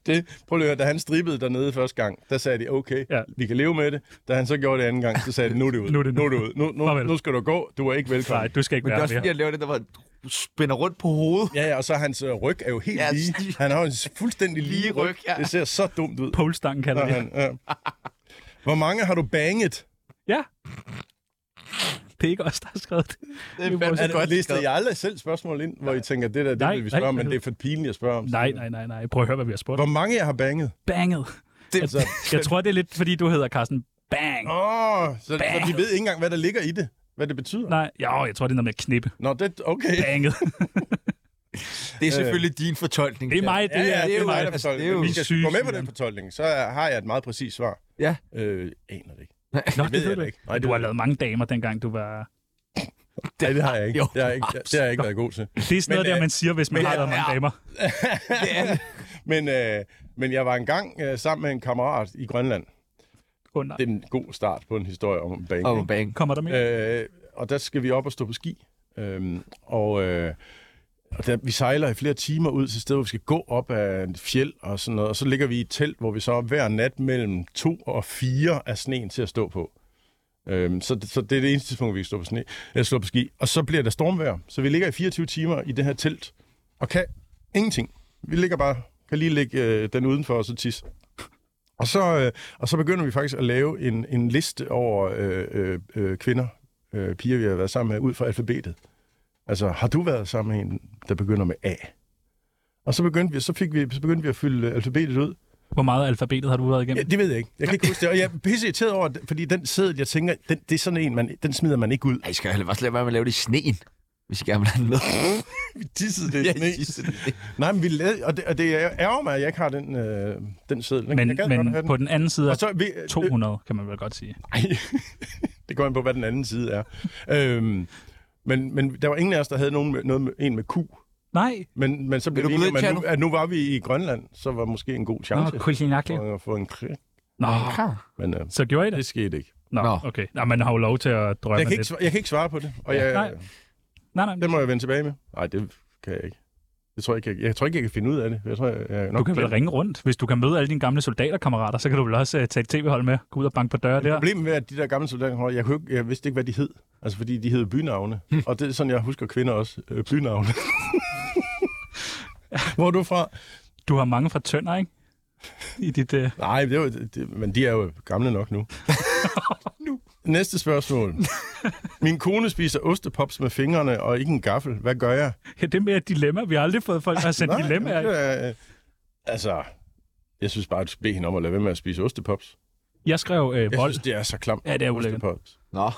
B: det, prøv lige at høre, da han strippede dernede første gang, der sagde de, okay, ja.
D: Ja.
B: vi kan leve med det. Da han så gjorde det anden gang, så sagde de, nu er det ud.
D: Nu er det
B: nu, er
D: nu.
B: det ud. Nu, nu,
D: Farvel.
B: nu skal du gå, du er ikke velkommen.
D: Nej, du skal ikke
A: Men det
D: være
A: er også fordi,
D: mere.
A: jeg laver det, der var spænder rundt på hovedet.
B: Ja, ja, og så er hans øh, ryg er jo helt
A: Ja,
B: <laughs> lige.
A: lige.
B: Han har jo en s- fuldstændig lige,
A: Lige ryg, ja.
B: Det ser så dumt ud.
D: Polstangen kalder
B: Når
D: det.
B: han, ja. Hvor mange har du banget?
D: Ja. Det er ikke os, der har skrevet det.
A: Det
D: Nu
A: er
D: må vi
A: fandme
D: se.
B: Er det,
A: godt.
B: lister
A: skrevet.
B: jeg aldrig selv spørgsmål ind, hvor I tænker, det der, det
D: Nej,
B: vil vi
D: nej,
B: spørge om, men
D: nej.
B: det er for pinligt at spørge om.
D: Nej, nej, nej, nej. Prøv at høre, hvad vi har spurgt.
B: Hvor mange jeg har banget?
D: Banget.
B: Altså,
D: Jeg tror, det er lidt, fordi du hedder Carsten Bang.
B: åh, så, så
D: Banget.
B: vi ved ikke engang, hvad der ligger i det. Hvad det betyder.
D: Nej, jo, jeg tror, det er noget med at knippe.
B: Nå, det, okay.
D: Banget.
A: Det er selvfølgelig din fortolkning.
D: Det er mig, det
B: Ja, ja,
D: er,
B: det er mig, der
A: altså,
B: fortolker.
A: det er jo-
B: Hvis jeg skal
D: Sygt,
B: gå med på den
D: mand.
B: fortolkning, så har jeg et meget præcist svar.
A: Ja.
B: Øh, aner det ikke.
D: Nå,
B: Det
D: det,
B: ved
D: ved
B: jeg
D: du
B: da
D: ikke.
B: ikke. Nej,
D: Nej,
B: det
D: du har
B: ved jeg
D: lavet mange damer, dengang du var...
B: Nej, det har jeg ikke.
A: Jo.
B: Det har jeg ikke, det har jeg ikke været god til.
D: Det er sådan
B: Men,
D: noget der,
B: øh,
D: man siger, hvis man
B: men,
D: har været
B: øh,
D: mange
B: ja.
D: damer.
B: Men, øh, men jeg var engang øh, sammen med en kammerat i Grønland.
D: Oh, nej.
B: Det er en god start på en historie om en
A: <laughs>
B: bank.
A: Og bang.
D: Kommer der mere?
B: Øh, og der skal vi op og stå på ski. Øhm, og øh, og der, vi sejler i flere timer ud til et sted, hvor vi skal gå op ad et fjeld og sådan noget. Og så ligger vi i et telt, hvor vi så er hver nat mellem to og fire af sneen til at stå på. Øhm, så, så det er det eneste tidspunkt, vi kan stå på, sne, eller stå på ski. Og så bliver der stormvejr, så vi ligger i 24 timer i det her telt og kan ingenting. Vi ligger bare, kan lige lægge øh, den udenfor og så tisse. Og så, øh, og så begynder vi faktisk at lave en, en liste over øh, øh, øh, kvinder, øh, piger, vi har været sammen med, ud fra alfabetet. Altså, har du været sammen med en, der begynder med A? Og så begyndte vi, så fik vi, så begyndte vi at fylde alfabetet ud.
D: Hvor meget af alfabetet har du været
B: Ja,
D: igennem?
B: det ved jeg ikke. Jeg kan ikke huske det. Og jeg er pisse irriteret over, at- fordi den sædel, jeg tænker, den, det er sådan en, man, den smider man ikke ud.
A: Ej, I skal jo bare slet være med at lave det i sneen, hvis I gerne vil have den med.
B: Tissede det.
A: <laughs> Ja,
B: Ja,
A: I sidder det.
B: Nej, men vi lavede, og det, og det er- ærger mig, at jeg ikke har den, øh, den sædel. Den- jeg
D: Men,
B: gad godt have
D: men
B: den.
D: på den anden side
B: og
D: er
B: så, øh. vi,
D: 200, kan man vel godt sige.
B: Ej, <laughs> det går ind på, hvad den anden side er. øhm, men, men der var ingen af os, der havde nogen med, noget med, en med Q.
D: Nej,
B: Men, men så blev
A: du
B: vi
A: byde
B: enige om,
A: ind,
B: at nu,
A: Tjerno?
B: at nu var vi i Grønland, så var måske en god
D: Nå,
B: chance
D: kulinakli.
B: for at få en krig.
D: Nå,
B: Men øh,
D: så gjorde I
B: det
D: det?
B: skete ikke.
D: Nå,
A: Nå.
D: okay. Nå, man har jo lov til at drømme
B: Jeg kan ikke,
D: lidt.
B: svare, jeg kan ikke svare på det, og
D: Ja,
B: jeg,
D: nej. Nej, nej.
B: den må jeg vende tilbage med. Nej, det kan jeg ikke. Det tror jeg, ikke, jeg, jeg tror ikke, jeg kan finde ud af det. Jeg tror, jeg, jeg er nok
D: Du kan vel ringe rundt. Hvis du kan møde alle dine gamle soldaterkammerater, så kan du vel også uh, tage et tv-hold med, gå ud og banke på døre der.
B: Problemet er, at de der gamle soldater, hold, jeg, kunne ikke, jeg vidste ikke, hvad de hed. Altså, fordi de hed bynavne.
D: Hm.
B: Og det er sådan, jeg husker kvinder også. Øh,
D: <laughs>
B: bynavne. Hvor er du fra?
D: Du har mange fra Tønder, ikke? I dit, uh...
B: Nej, det var, det, men de er jo gamle nok
D: <laughs>
B: nu. nu. Næste spørgsmål. Min kone spiser ostepops med fingrene og ikke en gaffel. Hvad gør jeg?
D: ja, det er mere et dilemma. Vi har aldrig fået folk, der har sendt dilemmaer. ind.
B: er... øh, Altså, jeg synes bare, at du skal bede hende om at lade være med at spise ostepops.
D: Jeg skrev uh,
B: Jeg
D: vold.
B: synes, det er så klamt.
D: Ja, det er ulækkert.
B: Ostepops.
A: Nå.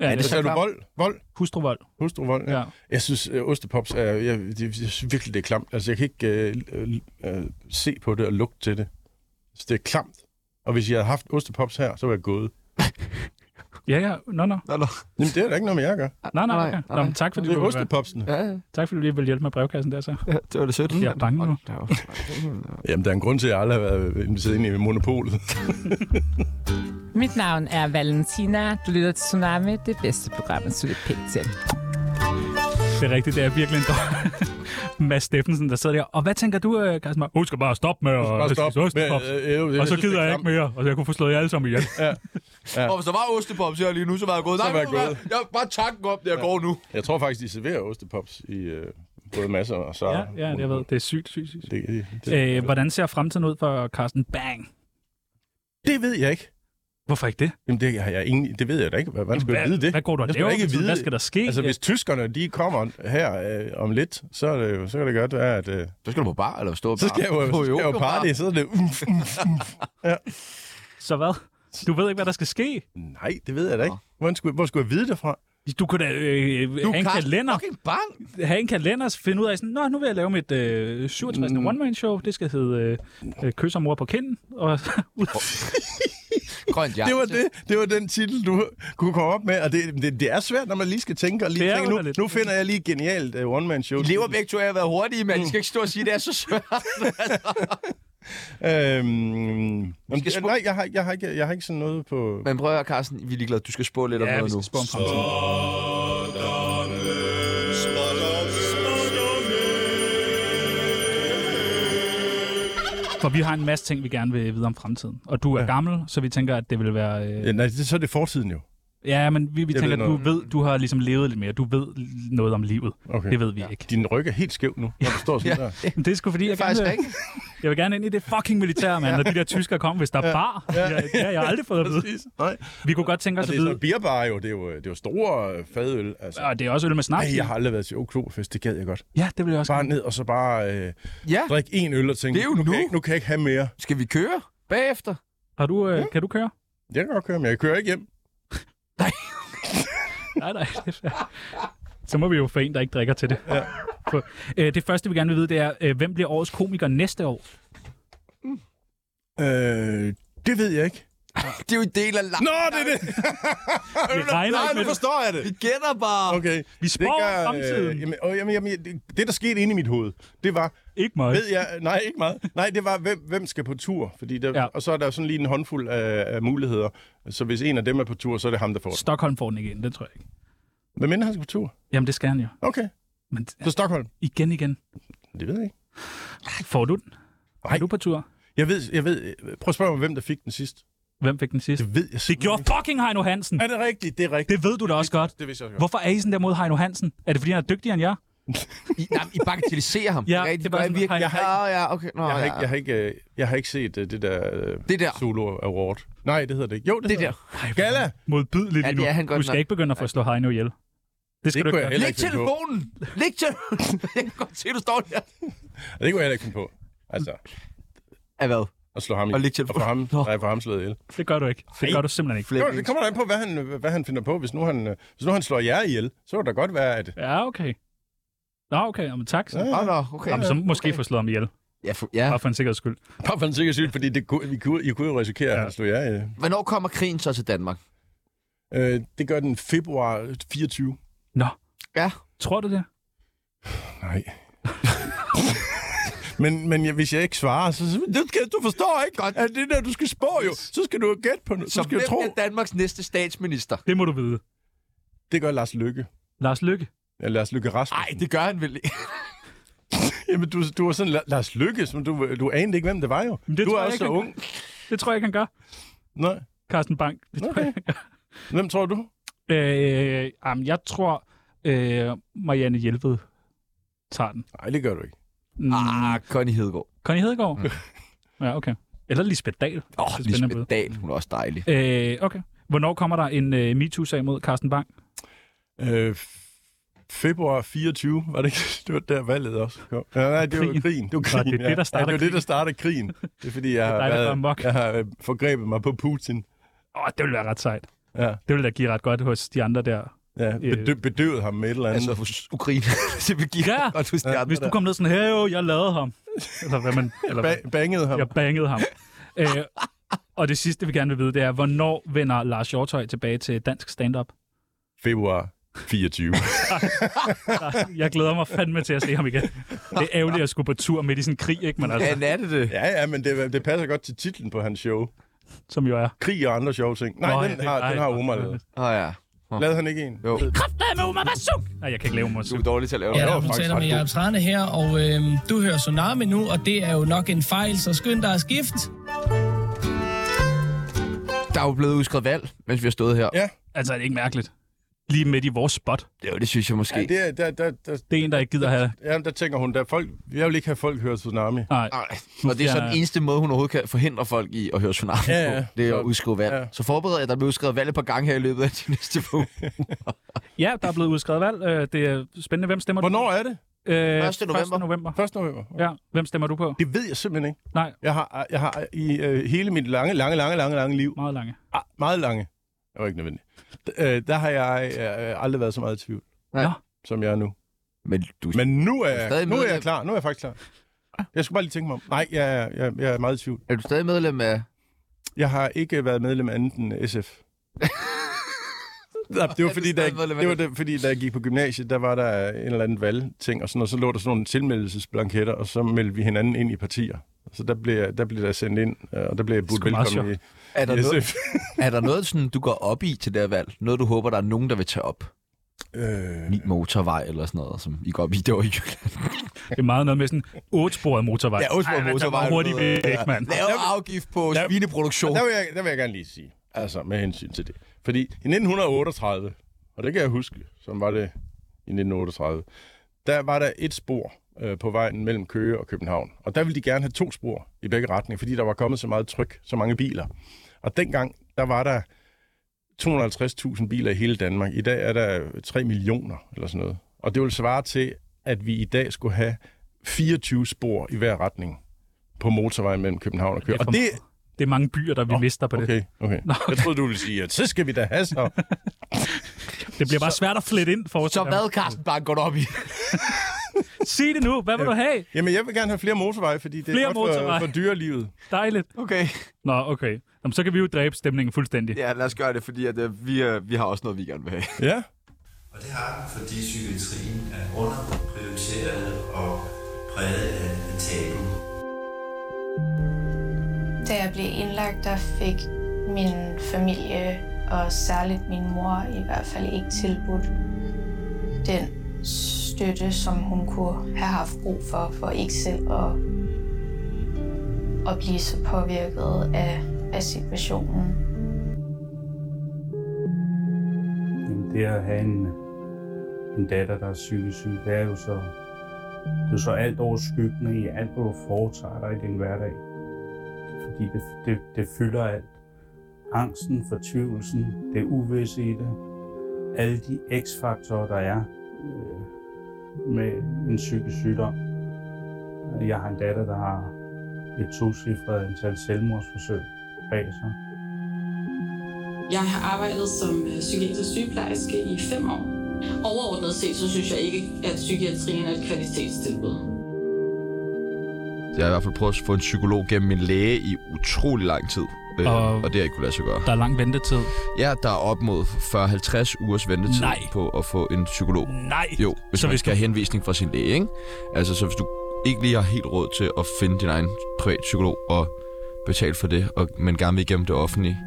D: Ja,
B: Hvad sagde du?
D: klart.
B: Vold? Vold?
D: Hustruvold.
B: Hustruvold? Ja.
D: Ja.
B: Jeg synes, øh, ostepops er... Jeg, det, jeg synes virkelig, det er klamt. Altså, jeg kan ikke øh, øh, øh, se på det og lugte til det. Så det er klamt. Og hvis jeg havde haft ostepops her, så var jeg gået.
D: Ja, ja. Nå, nå.
A: Nå, nå.
B: Jamen, det er da ikke noget med jer at gøre.
D: Nej, nej,
A: Nej,
D: okay.
A: nej.
D: Nå, men tak, fordi
B: Det
D: du
B: er
D: ville være-
B: ostepopsene.
A: Ja, ja.
D: tak, fordi du lige ville hjælpe med brevkassen der, så.
A: Ja, det var det sødt.
D: Jeg er bange nu.
A: Der er jo-
B: Jamen, der er en grund til, at jeg aldrig har været inviteret ind i monopolet.
I: Mit navn er Valentina. Du lytter til Tsunami, det bedste program, at slutte pænt til.
D: Det er rigtigt, det er virkelig en dårlig. <laughs> Mads Steffensen, der sidder der. Og hvad tænker du, øh, Carsten? Mark? Hun skal bare stoppe med at
B: Bare stop. øh,
D: spise ostepops. Og så gider jeg ikke mere, og jeg kunne få slået jer alle sammen ihjel.
A: Og hvis der var ostepops her lige nu, så var jeg gået.
B: Så
A: Nej,
B: var jeg
A: ved du hvad?
B: gået.
A: Jeg har bare tanken op, at jeg går nu.
B: Jeg tror faktisk, de serverer ostepops i øh, både masser og så.
D: Ja, ja, det, jeg ved. Det er sygt, sygt, sygt.
B: Det, det, det,
D: Øh, hvordan ser fremtiden ud for Carsten Bang?
B: det ved jeg ikke.
D: Hvorfor ikke det?
B: Jamen, det, har jeg ingen, det ved jeg da ikke. Hvordan skal jeg
D: hvad,
B: vide det?
D: Hvad går du og
B: Jeg skal
D: laver?
B: da ikke
D: Ikke
B: vide
D: Hvad
B: det.
D: skal der ske?
B: Altså, hvis tyskerne, de kommer her øh, om lidt, så, er det, jo- så kan det godt være, at... Øh,
A: Så skal du på bar, eller stå på
B: så skal jeg jo, så skal jeg jo party, så
A: <laughs>
B: er det... Umf, umf, umf.
D: Så hvad? Du ved ikke, hvad der skal ske?
B: Nej, det ved jeg da ikke. Hvordan skulle, hvor skulle jeg vide det fra?
D: Du kunne da øh, du have, en kalender,
A: Fucking bang.
D: have en kalender, så finde ud af sådan, Nå, nu vil jeg lave mit øh, 67. Mm. one-man-show. Det skal hedde øh, øh, Kys og mor på kinden. Og <laughs> ud.
A: Grønt ja.
B: Det var, det, det var den titel, du kunne komme op med, og det, det, det er svært, når man lige skal tænke, og lige
D: Det er
B: tænke nu,
D: underligt.
B: nu finder jeg lige et genialt uh, one-man-show.
A: I lever begge to af at være hurtige, men I skal ikke stå og sige, at det er så svært.
B: Øhm,
A: skal
B: skal
A: spå-
B: nej, jeg har, jeg, har ikke, jeg har ikke sådan noget på...
A: <laughs> Men prøv at høre, Carsten, vi er ligeglade. Du skal spå lidt om
D: Ja, vi
A: noget nu.
D: skal spørge om fremtiden. For vi har en masse ting, vi gerne vil vide om fremtiden. Og du er ja. gammel, så vi tænker, at det vil være... Øh,
B: Ja, nej, det, så er det fortiden jo.
D: Ja, men vi, vi
B: Jeg
D: tænker,
B: ved
D: at du ved, du har ligesom levet lidt mere. Du ved l- noget om livet.
B: Okay.
D: Det ved vi ja. ikke.
B: Din ryg er helt skæv nu, når du
A: <laughs>
B: står sådan ja. der.
D: Men det er sgu fordi, jeg,
A: Faktisk
D: gerne, vil-
A: ikke.
D: jeg vil gerne ind i det fucking militær, mand. Når de der tyskere kom, hvis der er bar. Ja, ja jeg har aldrig fået at vide.
B: Nej.
D: Vi kunne godt tænke
B: Og
D: os
B: det
D: at
B: er sådan
D: vide...
B: bierbar jo, det er jo, det er jo store øh, fadøl. Altså.
D: Og det er også øl med snaps.
B: Ej,
D: i.
B: jeg har aldrig været til Oktoberfest, det gad jeg godt.
D: Ja, det vil jeg også
B: Bare
D: gerne.
B: ned og så bare øh,
A: Ja,
B: drikke en øl og tænke,
A: Det er jo nu.
B: nu, Kan jeg, ikke- nu kan jeg ikke have mere.
A: skal vi køre bagefter?
D: Har du, øh, Kan du køre?
B: Jeg kan godt køre, men jeg kører ikke hjem.
D: Nej, <laughs> nej. Det er fair. Så må vi jo få en, der ikke drikker til det. Ja. Øh, det første, vi gerne vil vide, det er, øh,
B: <laughs>
D: hvem bliver årets komiker næste år?
B: Øh, det ved jeg ikke.
A: Det er jo en del af lang...
B: Nå, det
A: <laughs>
B: er det!
D: Vi regner
B: Nej,
D: ikke
B: nu
D: med det.
B: forstår jeg det.
A: Vi gætter bare.
B: Okay.
D: Vi spår
B: Det gør,
D: fremtiden.
B: Øh, jamen, øh, jamen, jamen, det, det, der skete inde i mit hoved, det var,
D: Ikke mig.
B: ved jeg, nej, ikke meget. Nej, det var, hvem, hvem skal på tur? Fordi der,
D: Ja.
B: ja. Og så er der jo sådan lige en håndfuld af, af, muligheder. Så hvis en af dem er på tur, så er det ham, der får den.
D: Stockholm får den igen, det tror jeg ikke.
B: Hvad mindre han skal på tur?
D: Jamen, det skal han jo.
B: Okay,
D: Men
B: så Stockholm.
D: igen, igen.
B: Det ved jeg ikke.
D: Får du den?
B: Nej.
D: Er du på tur?
B: Jeg ved, jeg ved, prøv at spørge mig, hvem der fik den sidst.
D: Hvem fik den sidste?
B: Det ved jeg
D: Det gjorde fucking Heino Hansen.
B: Er det rigtigt? Det er rigtigt.
D: Det ved du da også godt.
B: Det vidste jeg også godt.
D: Hvorfor er I sådan der mod Heino Hansen? Er det, fordi han er dygtigere end jeg?
A: I, nej, I bagatelliserer ham.
D: Ja,
A: Rigtig,
D: det er bare
A: gør I
D: sådan,
A: virkelig.
D: hej,
A: Ja, ja, okay. Nå,
B: Jeg har,
A: ja.
B: ikke, jeg, har ikke, øh, jeg har ikke set øh, det der, øh,
A: Det der.
B: solo award. Nej, det hedder det ikke. Jo, det,
A: Det
B: hedder
A: der.
B: det. Gala!
D: Modbydeligt
A: Ja,
D: lige nu.
A: det er han godt
D: du skal
A: nok.
D: ikke begynde at få slå Heino ihjel. Det
B: Det
D: skal du
B: kunne jeg
D: ikke gøre.
B: heller
A: Læg
B: ikke finde på.
A: telefonen! Læg telefonen! jeg kan godt se, du står der.
B: Og det kunne jeg heller ikke finde på. Altså,
A: Af hvad?
B: at slå ham i.
A: Og <laughs> lægge telefonen.
B: Og få ham,
A: Nå.
B: nej, få ham slået ihjel.
D: Det gør du ikke. Det gør du simpelthen ikke.
B: Jo, det kommer da an på, hvad han, hvad han finder på. Hvis nu han, øh, hvis nu han slår jer ihjel, så vil det da godt være, at...
D: Ja, okay. Nå, okay. Jamen, tak. Så.
A: Åh, nå, okay.
D: Jamen, så måske få slået ham ihjel.
A: Ja, for, ja.
D: Bare for en sikkerheds skyld.
B: <laughs> Bare for en sikker skyld, fordi det kunne, vi kunne, I kunne jo risikere, ja. at han slår jer ihjel.
A: Hvornår kommer krigen så til Danmark?
B: Øh, det gør den februar 24.
D: Nå.
A: Ja.
D: Tror du det?
B: Nej. men men jeg, hvis jeg ikke svarer, så... så- Du, skal, du forstår ikke,
A: Godt.
B: at det der, du skal spå jo. Så skal du jo gætte på noget.
A: Så
B: Så skal
A: hvem
B: du tro.
A: er Danmarks næste statsminister?
D: Det må du vide.
B: Det gør Lars Lykke.
D: Lars Lykke.
B: Ja, Lars Lykke Rasmussen.
A: Nej, det gør han vel ikke.
B: Jamen, du, du var sådan, "La- Lars Lykke, som du, du anede ikke, hvem det var jo.
D: Men det
B: du
D: tror
B: er
D: jeg
B: også så
D: ikke, han
B: ung.
D: Det tror jeg ikke, han gør.
B: Nej.
D: Carsten Bank. Det tror
B: Okay.
D: jeg ikke.
B: Hvem tror du?
D: Øh, jamen, jeg tror, øh, Marianne Hjelved tager den.
B: Nej, det gør du ikke.
D: Mm.
A: Ah, Connie Hedegaard.
D: Connie Hedegaard? Ja, okay. Eller Lisbeth Dahl.
A: Åh, oh,
D: Det er spændende
A: Lisbeth Dahl, hun er også dejlig.
D: bud. Øh, okay. Hvornår kommer der en øh, MeToo-sag mod Carsten Bang?
B: Øh, f- februar 24, var det ikke? <laughs> Det var der valget også. kom. Ja, nej, det var
D: Krigen.
B: krigen. Det var
D: Nå,
B: krigen,
D: det er det,
B: ja.
D: der starter
B: ja, det, var det, der starter krigen. Det er fordi, jeg har,
D: dig, der går amok.
B: været, jeg har øh, forgrebet mig på Putin.
D: Åh, oh, det ville være ret sejt.
B: Ja,
D: Det ville da give ret godt hos de andre der.
B: ja.
D: Øh.
B: Bedø- bedøvet ham med et eller andet.
A: Altså, Ukraine. <laughs> det vil give
D: Ja,
A: godt hos de andre
D: Hvis du
A: der.
D: kom ned sådan, her jo, jeg lavede ham. Eller hvad man... Eller hvad?
B: ba- bangede ham.
D: Jeg bangede ham. øh, og det sidste, vi gerne vil vide, det er, hvornår vender Lars Hjortøj tilbage til dansk stand-up?
B: Februar 24.
D: Jeg glæder mig fandme til at se ham igen. Det er ærgerligt at skulle på tur midt i sådan en krig, ikke? Men altså,
A: Han er det det.
B: ja, ja, men det, det passer godt til titlen på hans show.
D: som jo er.
B: Krig og andre sjove ting. Nej,
D: Nå,
B: Nå,
D: ja,
B: den,
D: det-
B: har,
D: nej,
B: den har
D: hvor
B: Omar
D: kedeligt.
B: lavet.
A: Åh oh, ja.
B: Lavede han ikke en?
A: Jo.
D: Kræftet med Omar Masuk! Nej, jeg kan ikke lave mig
A: Du er dårlig til at lave
F: Ja,
A: det.
F: du
B: var faktisk
F: taler
B: ret
F: med
B: god.
F: Jacob Trane her, og øhm, du hører Tsunami nu, og det er jo nok en fejl, så skynd dig at skifte.
A: Der er jo blevet udskrevet valg, mens vi har stået her.
B: Ja.
D: Altså, er det ikke mærkeligt? Lige midt i vores spot.
A: Jo, det synes jeg måske.
B: Ja, det er, der, der, der,
D: Det er en, der ikke gider have...
B: ja, der tænker hun, der folk, jeg vil ikke have folk høre Tsunami.
D: Nej,
A: Ej, og det er så
D: Ja.
A: den eneste måde, hun overhovedet kan forhindre folk i at høre tsunami
B: Ja, ja.
A: på. Det er at
B: Så-
A: udskrive valg.
B: ja.
A: Så forbered jer, der bliver udskrevet valg et par gange her i løbet af de <laughs> næste par uger.
D: Ja, der er blevet udskrevet valg. Øh, Det er spændende. Hvem stemmer
B: Hvornår
D: du?
B: er det?
D: Øh,
A: 1. november.
D: 1. november.
B: 1. november?
D: Ja, hvem stemmer du på?
B: Det ved jeg simpelthen ikke.
D: Nej.
B: Jeg har, jeg har i øh, hele mit lange, lange, lange, lange, lange liv,
D: Meget lange.
B: ah, meget lange, det var ikke nødvendigt, D- øh, der har jeg øh, aldrig været så meget i tvivl,
A: Nej.
D: Nå.
B: som jeg er nu.
A: Men du
B: Men nu er,
A: er stadig
B: jeg, nu er
A: medlem.
B: jeg klar. Nu er jeg faktisk klar. Jeg skulle bare lige tænke mig om. Nej, jeg, er- jeg, jeg er meget i tvivl.
A: er du stadig medlem af...
B: Jeg har ikke været medlem af andet end
A: <laughs>
B: SF. Nej, det
A: Er
B: var,
A: du
B: fordi, da
A: stadig
B: jeg,
A: medlem af
B: det var det, fordi, da jeg gik på gymnasiet, der var der en eller anden valgting, og, sådan, og så lå der sådan nogle tilmeldelsesblanketter, og så meldte vi hinanden ind i partier. Så der blev, jeg- der blev der sendt ind, øh, og der blev jeg budt
D: sgu meget
B: velkommen i,
A: Er der,
B: i
A: noget,
B: <laughs> SF.
A: er der noget, sådan, du går op i til det her valg? Noget, du håber, der er nogen, der vil tage op?
B: Øh,
A: Ny motorvej eller sådan noget, som I går op i. Det var i Jylland.
D: Det er meget noget med sådan otte sporet motorvej.
A: Ja, otte sporet
D: Ej, man tager
A: motorvej,
D: bare
A: du
D: hurtigt
A: ved.
D: væk, mand.
A: Lav afgift på
B: Ja.
A: svineproduktion.
B: der, vil jeg, der vil jeg gerne lige sige, altså med hensyn til det. Fordi i 1938, og det kan jeg huske, som var det i 1938, der var der et spor øh, på vejen mellem Køge og København. Og der ville de gerne have to spor i begge retninger, fordi der var kommet så meget tryk, så mange biler. Og dengang, der var der 250.000 biler i hele Danmark. I dag er der 3 millioner eller sådan noget. Og det vil svare til, at vi i dag skulle have 24 spor i hver retning på motorvejen mellem København og Køge.
D: Det er for
B: Og det,
D: Det er mange byer, der vi mister på det.
B: Okay, okay. Nå, okay. Jeg troede, du ville sige, at så skal vi da have så.
D: Det bliver bare svært at flette ind for os.
A: Så hvad, Carsten Bang, går du op i?
D: Sig det nu. Hvad vil du have?
B: Jamen, jeg vil gerne have flere motorveje, fordi det er
D: Flere
B: godt for,
D: motorveje.
B: for dyrelivet.
D: Dejligt.
A: Okay.
D: Nå, okay. Jamen, så kan vi jo dræbe stemningen fuldstændig.
A: Ja, lad os gøre det, fordi at, øh, vi, øh, vi har også noget, vi gerne vil have.
B: Ja.
J: Og det har den, fordi psykiatrien er underprioriteret og præget af af tabu.
K: Da jeg blev indlagt, der fik min familie og særligt min mor i hvert fald ikke tilbudt den støtte, som hun kunne have haft brug for, for ikke selv at, at blive så påvirket af, af situationen.
L: Jamen, det at have en, en datter, der er psykisk syg, det er jo så, det er så alt over skyggende i alt, hvad du foretager dig i din hverdag. Fordi det, det, det fylder alt. Angsten, fortvivlelsen, det uvisse i det. Alle de x-faktorer, der er øh, med en psykisk sygdom. Jeg har en datter, der har et tocifret antal selvmordsforsøg bag sig.
M: Jeg har arbejdet som øh, psykiatrisk sygeplejerske i fem år. Overordnet set, så synes jeg ikke, at psykiatrien er et kvalitetstilbud.
A: Jeg har i hvert fald prøvet at få en psykolog gennem min læge i utrolig lang tid. Øh,
D: Og-
A: og, og det har ikke kunne lade sig gøre.
D: Der er lang ventetid.
A: Ja, der er op mod 40-50 ugers ventetid
D: Nej.
A: på at få en psykolog.
D: Nej.
A: Jo, hvis
D: Så
A: så man
D: hvis
A: skal
D: du-
A: have henvisning fra sin læge, ikke? Altså, så hvis du ikke lige har helt råd til at finde din egen privat psykolog og betale for det, og man gerne vil igennem det offentlige.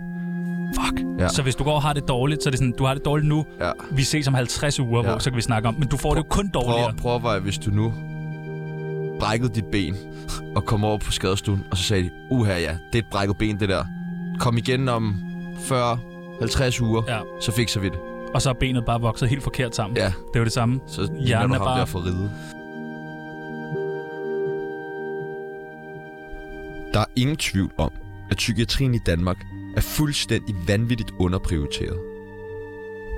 D: Fuck.
A: Ja.
D: Så hvis du går og har det dårligt, så er det sådan, du har det dårligt nu.
A: Ja.
D: Vi ses om 50 uger, ja. hvor så kan vi snakke om. Men du får det jo kun dårligere.
A: Prøv, prøv at veje, hvis du nu brækkede dit ben og kom over på skadestuen, og så sagde de, uha ja, det er et brækket ben, det der. Kom igen om 40-50 uger,
D: Ja.
A: så fikser vi det.
D: Og så er benet bare vokset helt forkert sammen.
A: Ja.
D: Det er jo det samme.
A: Så ligner
D: Hjernen
A: du
D: er
A: ham
D: bare-
A: der for ride. Der er ingen tvivl om, at psykiatrien i Danmark er fuldstændig vanvittigt underprioriteret.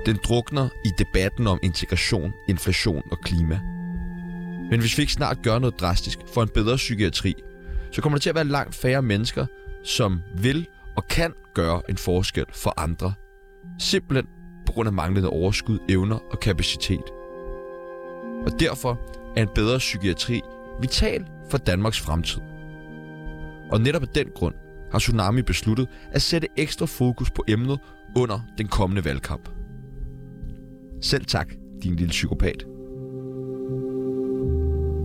A: Den drukner i debatten om integration, inflation og klima. Men hvis vi ikke snart gør noget drastisk for en bedre psykiatri, så kommer der til at være langt færre mennesker, som vil og kan gøre en forskel for andre. Simpelthen på grund af manglende overskud, evner og kapacitet. Og derfor er en bedre psykiatri vital for Danmarks fremtid. Og netop af den grund har Tsunami besluttet at sætte ekstra fokus på emnet under den kommende valgkamp. Selv tak, din lille psykopat.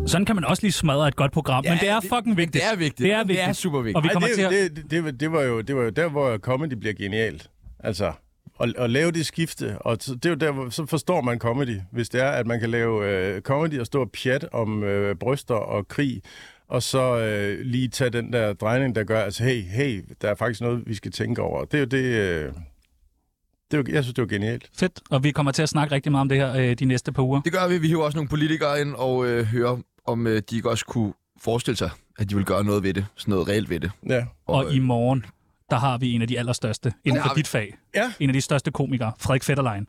D: Sådan kan man også lige smadre et godt program, ja, men det er fucking vigtigt.
A: det er vigtigt.
D: Det er
A: Det
D: vigtigt.
A: er super vigtigt.
D: Og vi kommer
B: Ej,
D: til
B: det,
D: at...
B: det, det, det, var- det, var jo, det var jo der, hvor comedy bliver genialt. Altså, at, at lave det skifte, og så- det er jo der, hvor, så forstår man comedy, hvis det er, at man kan lave øh, comedy og stå og pjat om øh, bryster og krig, og så øh, lige tage den der drejning, der gør, altså hey, hey, der er faktisk noget, vi skal tænke over. Det er jo det, øh, det er jo, jeg synes, det var genialt.
D: Fedt, og vi kommer til at snakke rigtig meget om det her øh, de næste par uger.
A: Det gør vi. Vi hiver også nogle politikere ind og øh, hører, om øh, de ikke også kunne forestille sig, at de vil gøre noget ved det. Sådan noget reelt ved det.
B: Ja.
D: Og, og i morgen, der har vi en af de allerstørste inden for dit fag.
B: Ja.
D: En af de største komikere, Frederik Fetterlein.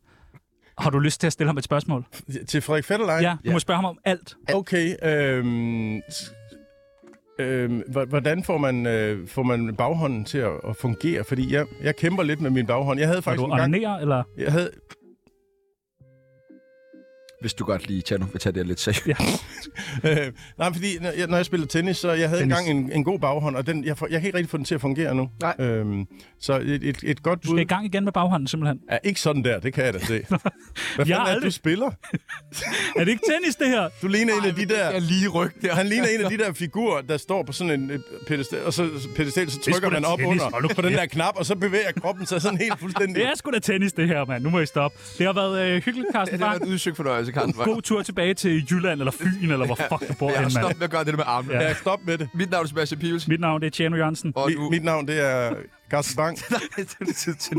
D: Har du lyst til at stille ham et spørgsmål?
B: Til Frederik Fetterlein?
D: Ja, du må spørge ham om alt.
B: Okay, øhm, s- øhm, hv- hvordan får man, øh, får man baghånden til at, at fungere? Fordi jeg, jeg kæmper lidt med min baghånd. Jeg havde
D: Når
B: faktisk
D: du
B: en gang...
D: onanerer, eller?
B: Jeg havde...
A: Hvis du godt lige Tjano, vil tage det her lidt seriøst.
D: Ja.
B: Øh, nej, fordi når jeg, når jeg spillede tennis, så jeg havde
A: Tennis.
B: engang en, en god baghånd, og den, jeg, får, jeg kan ikke rigtig få den til at fungere nu. Nej. Øhm, så et, et, et godt
D: Du skal i gang igen med baghånden, simpelthen.
B: Ja, ikke sådan der, det kan
D: <laughs>
B: jeg da se. Hvad fanden
D: Jeg
B: er
D: har
B: det, du
D: aldrig-
B: spiller?
D: er det ikke tennis, det her?
B: Du ligner en af de der... Jeg
A: lige ryg der.
B: Han ligner en af de der figurer, der står på sådan en øh, pedestal, og så, pedestal, så
D: Det er
B: trykker
D: sgu da
B: man op
D: tennis. Hold nu
B: under på den
D: kæft.
B: der knap, og så bevæger kroppen sig sådan helt fuldstændig.
D: Det er sgu da tennis, det her, mand. Nu må I stoppe. Det har været øh, hyggeligt, Carsten Bang.
A: en udsøgt fornøjelse, Carsten Bang.
D: God tur tilbage til Jylland eller Fyn, eller hvor fuck du bor
A: Ja,
D: henne,
A: stop
D: mand.
A: med at gøre det der med armene.
B: Ja, stop med det.
A: Mit navn er Sebastian Pibels.
D: Mit navn det er Tjerno Jørgensen.
A: Og
B: Mit, mit navn, <laughs> det er Carsten Bang.
A: Nej, det er tid til